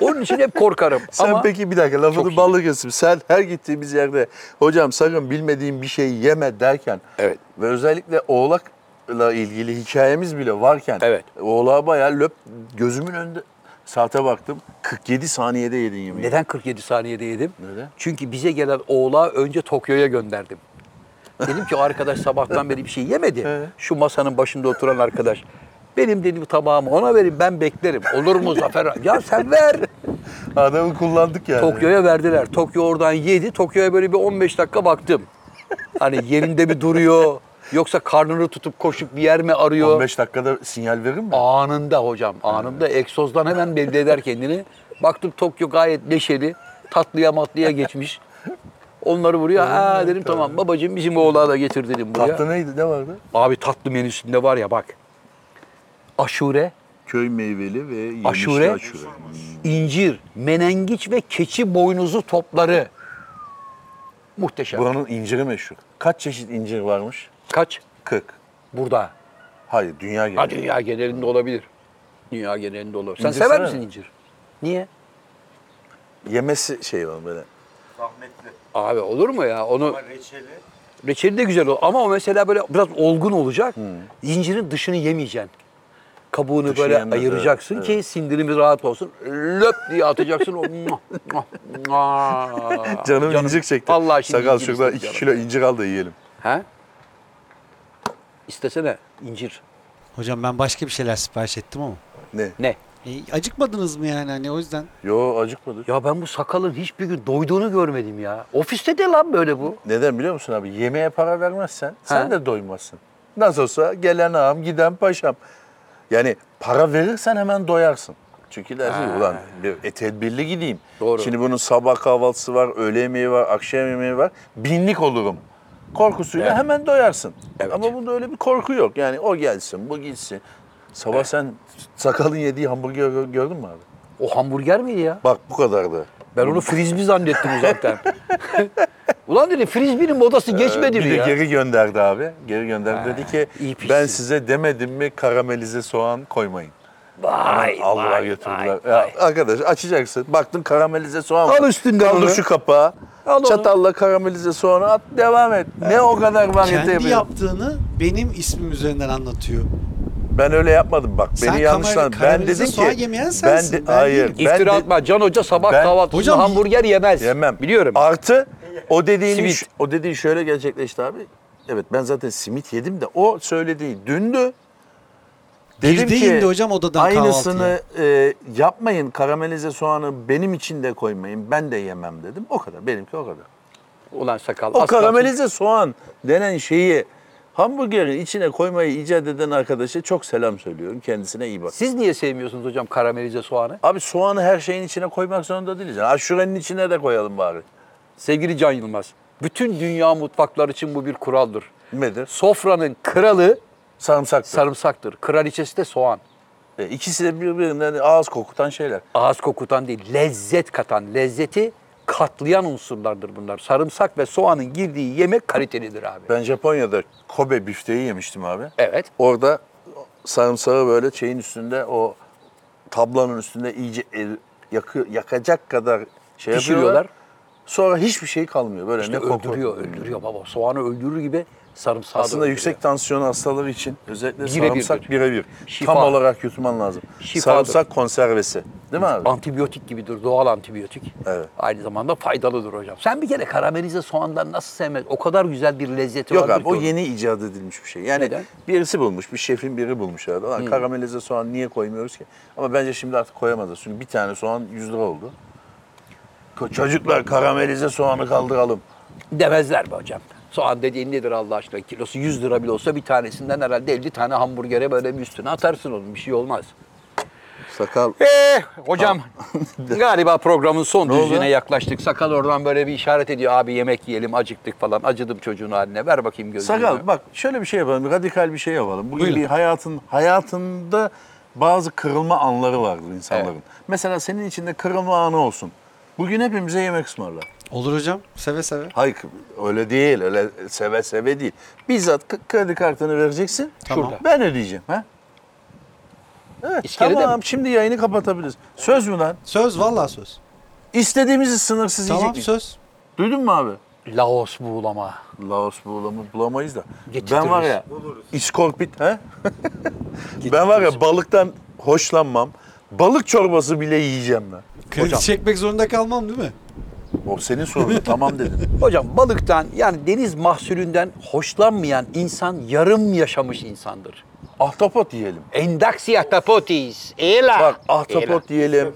Speaker 3: Onun için hep korkarım.
Speaker 2: Sen
Speaker 3: ama...
Speaker 2: peki bir dakika
Speaker 3: Çok
Speaker 2: lafını
Speaker 3: iyi.
Speaker 2: ballı kesim. Sen her gittiğimiz yerde hocam sakın bilmediğim bir şey yeme derken
Speaker 3: Evet.
Speaker 2: ve özellikle oğlakla ilgili hikayemiz bile varken
Speaker 3: Evet.
Speaker 2: oğlağa bayağı löp gözümün önünde saate baktım 47 saniyede yedin yemeği.
Speaker 3: Neden 47 saniyede yedim?
Speaker 2: Neden?
Speaker 3: Çünkü bize gelen oğlağı önce Tokyo'ya gönderdim. Dedim ki o arkadaş sabahtan beri bir şey yemedi. Şu masanın başında oturan arkadaş. Benim dedim tabağımı ona verin ben beklerim. Olur mu Zafer abi? Ya sen ver.
Speaker 2: Adamı kullandık yani.
Speaker 3: Tokyo'ya verdiler. Tokyo oradan yedi. Tokyo'ya böyle bir 15 dakika baktım. Hani yerinde bir duruyor. Yoksa karnını tutup koşup bir yer mi arıyor?
Speaker 2: 15 dakikada sinyal verir mi?
Speaker 3: Anında hocam, anında egzozdan hemen belli eder kendini. Baktım Tokyo gayet neşeli, tatlıya matlıya geçmiş. Onları vuruyor. Aa dedim tamam babacığım bizim oğlağı da getir dedim buraya.
Speaker 2: Tatlı neydi? Ne vardı?
Speaker 3: Abi tatlı menüsünde var ya bak. Aşure,
Speaker 2: Köy meyveli ve yemişli
Speaker 3: Aşure.
Speaker 2: aşure.
Speaker 3: incir, menengiç ve keçi boynuzu topları. Muhteşem.
Speaker 2: Buranın inciri meşhur. Kaç çeşit incir varmış?
Speaker 3: Kaç?
Speaker 2: 40.
Speaker 3: Burada.
Speaker 2: Hayır dünya
Speaker 3: Ha,
Speaker 2: geneli.
Speaker 3: dünya genelinde olabilir. Dünya genelinde olabilir. Sen
Speaker 2: İncir
Speaker 3: sever
Speaker 2: sever
Speaker 3: misin
Speaker 2: mi?
Speaker 3: incir? Niye?
Speaker 2: Yemesi şey var böyle.
Speaker 5: Zahmetli.
Speaker 3: Abi olur mu ya? Onu
Speaker 5: Ama reçeli.
Speaker 3: Reçeli de güzel olur ama o mesela böyle biraz olgun olacak. İncirin dışını yemeyeceksin. Kabuğunu
Speaker 2: Hmm. Dışı
Speaker 3: böyle
Speaker 2: yenmez,
Speaker 3: ayıracaksın
Speaker 2: evet,
Speaker 3: ki sindirimi rahat olsun. Löp diye atacaksın. o [laughs] muah, muah, muah.
Speaker 2: Canım, incir çekti.
Speaker 3: Vallahi şimdi
Speaker 2: Sakal
Speaker 3: incir
Speaker 2: şuradan
Speaker 3: istedim
Speaker 2: 2 kilo incir al da yiyelim.
Speaker 3: He? İstesene incir.
Speaker 4: Hocam ben başka bir şeyler sipariş ettim ama.
Speaker 2: Ne?
Speaker 3: Ne?
Speaker 4: E, acıkmadınız mı yani hani o yüzden?
Speaker 2: Yo acıkmadık.
Speaker 3: Ya ben bu sakalın hiçbir gün doyduğunu görmedim ya. Ofiste de lan böyle bu.
Speaker 2: Neden biliyor musun abi? Yemeğe para vermezsen sen
Speaker 3: Ha.
Speaker 2: de doymazsın. Nasıl olsa gelen ağam giden paşam. Yani para verirsen hemen doyarsın. Çünkü dersin ki, ulan bir e, tedbirli gideyim.
Speaker 3: Doğru.
Speaker 2: Şimdi bunun sabah kahvaltısı var, öğle yemeği var, akşam yemeği var. Binlik olurum. Korkusuyla hemen doyarsın.
Speaker 3: Evet.
Speaker 2: Ama bunda öyle bir korku yok. Yani o gelsin, bu gitsin. Sabah sen sakalın yediği hamburger gö- gördün mü abi?
Speaker 3: O hamburger miydi ya?
Speaker 2: Bak bu kadardı.
Speaker 3: Ben onu frisbee zannettim
Speaker 2: [laughs]
Speaker 3: uzaktan. Ulan dedim frisbee'nin modası geçmedi
Speaker 2: Ee, bir
Speaker 3: mi
Speaker 2: de
Speaker 3: ya?
Speaker 2: geri gönderdi abi. Geri gönderdi. dedi ki
Speaker 3: iyi pişsin.
Speaker 2: ben size demedim mi karamelize soğan koymayın.
Speaker 3: Vay,
Speaker 2: Allah
Speaker 3: vay,
Speaker 2: götürdüler.
Speaker 3: vay,
Speaker 2: Ya
Speaker 3: vay.
Speaker 2: arkadaş açacaksın. Baktın karamelize soğan
Speaker 3: Al üstünden
Speaker 2: Kaldır
Speaker 3: onu.
Speaker 2: şu kapağı.
Speaker 3: Al onu.
Speaker 2: Çatalla karamelize soğanı at devam et. Ne o kadar var
Speaker 4: Kendi
Speaker 2: yapıyor.
Speaker 4: yaptığını benim ismim üzerinden anlatıyor.
Speaker 2: Ben öyle yapmadım bak.
Speaker 4: Sen
Speaker 2: beni yanlış
Speaker 4: karamel-
Speaker 2: lan. Ben
Speaker 4: karamelize
Speaker 2: dedim
Speaker 4: soğan
Speaker 2: ki.
Speaker 4: yemeyen
Speaker 2: ben
Speaker 4: sensin,
Speaker 2: de,
Speaker 4: ben
Speaker 2: hayır.
Speaker 4: değilim.
Speaker 2: ben
Speaker 3: İftira
Speaker 2: de-
Speaker 3: atma. Can Hoca sabah
Speaker 2: Ben-
Speaker 3: kahvaltısında
Speaker 4: Hocam-
Speaker 3: hamburger yemez.
Speaker 2: Yemem.
Speaker 3: Biliyorum.
Speaker 2: Artı o dediğin
Speaker 3: Simit.
Speaker 2: iş- o dediğin şöyle gerçekleşti abi. Evet ben zaten simit yedim de o söylediği dündü.
Speaker 4: Bir de indi hocam odadan
Speaker 2: aynısını e, yapmayın karamelize soğanı benim için de koymayın ben de yemem dedim. O kadar benimki o kadar.
Speaker 3: Ulan sakal.
Speaker 2: O
Speaker 3: aslan.
Speaker 2: karamelize soğan denen şeyi hamburgerin içine koymayı icat eden arkadaşa çok selam söylüyorum. Kendisine iyi bak.
Speaker 3: Siz niye sevmiyorsunuz hocam karamelize soğanı?
Speaker 2: Abi soğanı her şeyin içine koymak zorunda değiliz. Yani Aşurenin içine de koyalım bari.
Speaker 3: Sevgili Can Yılmaz, bütün dünya mutfaklar için bu bir kuraldır.
Speaker 2: Nedir?
Speaker 3: Sofranın kralı
Speaker 2: Sarımsak. E,
Speaker 3: sarımsaktır. Kraliçesi de soğan.
Speaker 2: ikisi de birbirinden ağız kokutan şeyler.
Speaker 3: Ağız kokutan değil, lezzet katan, lezzeti katlayan unsurlardır bunlar. Sarımsak ve soğanın girdiği yemek kalitelidir abi.
Speaker 2: Ben Japonya'da Kobe büfteği yemiştim abi.
Speaker 3: Evet.
Speaker 2: Orada sarımsağı böyle şeyin üstünde o tablanın üstünde iyice el- yakı, yakacak kadar şey
Speaker 3: Pişiriyorlar.
Speaker 2: yapıyorlar. Sonra hiçbir şey kalmıyor. Böyle
Speaker 3: İşte
Speaker 2: ne koku.
Speaker 3: öldürüyor, öldürüyor baba. Soğanı öldürür gibi sarımsağı da
Speaker 2: Aslında
Speaker 3: öldürüyor.
Speaker 2: yüksek tansiyon hastaları için özellikle
Speaker 3: Birebirdir.
Speaker 2: sarımsak birebir.
Speaker 3: Şifa.
Speaker 2: Tam olarak yutman lazım.
Speaker 3: Şifadır.
Speaker 2: Sarımsak konservesi. Değil mi abi?
Speaker 3: Antibiyotik gibidir, doğal antibiyotik.
Speaker 2: Evet.
Speaker 3: Aynı zamanda faydalıdır hocam. Sen bir kere karamelize soğandan nasıl sevmez? O kadar güzel bir lezzeti
Speaker 2: Yok
Speaker 3: vardır
Speaker 2: abi
Speaker 3: ki
Speaker 2: o
Speaker 3: onun.
Speaker 2: yeni icat edilmiş bir şey. Yani
Speaker 3: Neden?
Speaker 2: birisi bulmuş, bir şefin biri bulmuş herhalde. Ulan Karamelize soğan niye koymuyoruz ki? Ama bence şimdi artık koyamazlar. Çünkü bir tane soğan 100 lira oldu. Ko- Çocuklar karamelize soğanı kaldıralım.
Speaker 3: Demezler mi hocam? Soğan dediğin nedir Allah aşkına? Kilosu 100 lira bile olsa bir tanesinden herhalde 50 tane hamburgere böyle bir üstüne atarsın onun. Bir şey olmaz.
Speaker 2: Sakal.
Speaker 3: Ee, hocam
Speaker 2: [laughs]
Speaker 3: galiba programın son
Speaker 2: oldu?
Speaker 3: düzlüğüne yaklaştık. Sakal oradan böyle bir işaret ediyor. Abi yemek yiyelim acıktık falan. Acıdım çocuğun haline. Ver bakayım gözünü.
Speaker 2: Sakal bak şöyle bir şey yapalım. Radikal bir şey yapalım. Bu
Speaker 4: Buyurun.
Speaker 2: gibi hayatın hayatında bazı kırılma anları vardır insanların. Mesela senin içinde kırılma anı olsun. Bugün hepimize yemek ısmarlar.
Speaker 4: Olur hocam. Seve seve.
Speaker 2: Hayır öyle değil. Öyle seve seve değil. Bizzat k- kredi kartını vereceksin.
Speaker 4: Tamam.
Speaker 2: Ben ödeyeceğim. Ha? Evet
Speaker 3: İskelede
Speaker 2: tamam şimdi yayını kapatabiliriz. Söz mü lan?
Speaker 4: Söz vallahi söz.
Speaker 2: İstediğimizi sınırsız
Speaker 4: Tamam
Speaker 2: yiyecek miyiz?
Speaker 4: söz.
Speaker 2: Duydun mu abi?
Speaker 3: Laos buğulama.
Speaker 2: Laos bulamı bulamayız da.
Speaker 3: Getirtiriz.
Speaker 2: Ben var ya iskorpit ha? [laughs] ben var ya balıktan hoşlanmam. Balık çorbası bile yiyeceğim ben.
Speaker 4: Kredi
Speaker 3: Hocam.
Speaker 4: çekmek zorunda kalmam değil mi?
Speaker 2: O senin sorunun tamam
Speaker 4: [laughs]
Speaker 2: dedin.
Speaker 3: Hocam balıktan yani deniz mahsulünden hoşlanmayan insan yarım yaşamış insandır.
Speaker 2: Ahtapot yiyelim.
Speaker 3: Endaksi ahtapotis. Ela.
Speaker 2: [laughs] Bak ahtapot yiyelim,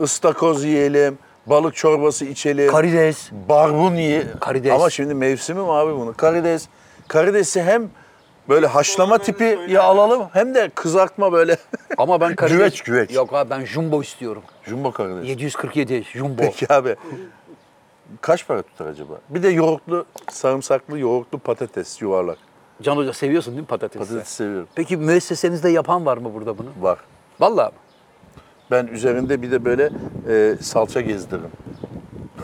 Speaker 2: ıstakoz yiyelim, balık çorbası içelim.
Speaker 3: Karides.
Speaker 2: Barbun ye.
Speaker 3: Karides.
Speaker 2: Ama şimdi mevsimi mi abi bunu? Karides. Karidesi hem böyle haşlama tipi ya alalım hem de kızartma böyle.
Speaker 3: Ama ben karides.
Speaker 2: Güveç, güveç.
Speaker 3: Yok abi ben jumbo istiyorum.
Speaker 2: [laughs] Jumbo karides.
Speaker 3: 747 jumbo.
Speaker 2: Peki abi. Kaç para tutar acaba? Bir de yoğurtlu, sarımsaklı yoğurtlu patates yuvarlak.
Speaker 3: Can Hoca seviyorsun değil mi patatesi?
Speaker 2: Patates seviyorum.
Speaker 3: Peki müessesenizde yapan var mı burada bunu?
Speaker 2: Var.
Speaker 3: Vallahi mi?
Speaker 2: Ben üzerinde bir de böyle e, salça gezdiririm.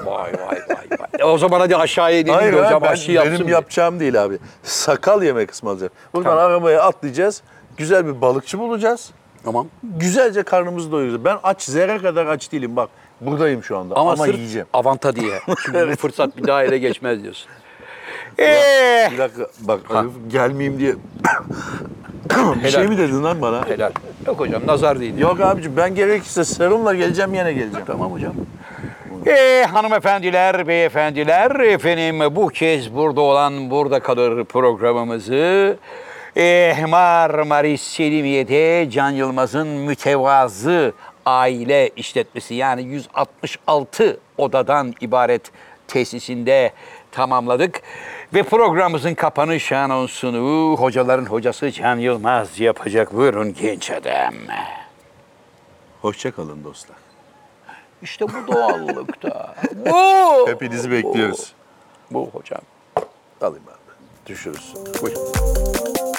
Speaker 3: Vay vay vay vay. E o zaman hadi aşağıya inelim
Speaker 2: Hayır
Speaker 3: de
Speaker 2: abi,
Speaker 3: hocam
Speaker 2: ben,
Speaker 3: aşı yapsın.
Speaker 2: benim
Speaker 3: bir.
Speaker 2: yapacağım değil abi. Sakal yemek ısmarlayacağım. Buradan
Speaker 3: Tamam.
Speaker 2: arabaya atlayacağız. Güzel bir balıkçı bulacağız.
Speaker 3: Tamam.
Speaker 2: Güzelce karnımızı doyuracağız. Ben aç zerre kadar aç değilim bak. Buradayım şu anda
Speaker 3: Ama,
Speaker 2: ama,
Speaker 3: sırf
Speaker 2: yiyeceğim.
Speaker 3: avanta diye. [laughs] Çünkü bu fırsat bir daha ele geçmez diyorsun. Eee.
Speaker 2: Bir dakika bak Arif, gelmeyeyim diye. bir şey mi dedin lan bana?
Speaker 3: Helal. Yok hocam nazar değil.
Speaker 2: Yok abicim ben gerekirse serumla geleceğim yine geleceğim. Tamam hocam.
Speaker 9: Ee, hanımefendiler, beyefendiler, efendim bu kez burada olan Burada Kalır programımızı e, Marmaris Selimiye'de Can Yılmaz'ın mütevazı aile işletmesi yani 166 odadan ibaret tesisinde tamamladık. Ve programımızın kapanış anonsunu hocaların hocası Can Yılmaz yapacak. Buyurun genç adam.
Speaker 2: Hoşçakalın dostlar.
Speaker 3: İşte bu doğallıkta. bu.
Speaker 2: Hepinizi bekliyoruz.
Speaker 3: Bu hocam.
Speaker 2: Alayım abi. Düşürürsün.
Speaker 3: Buyurun.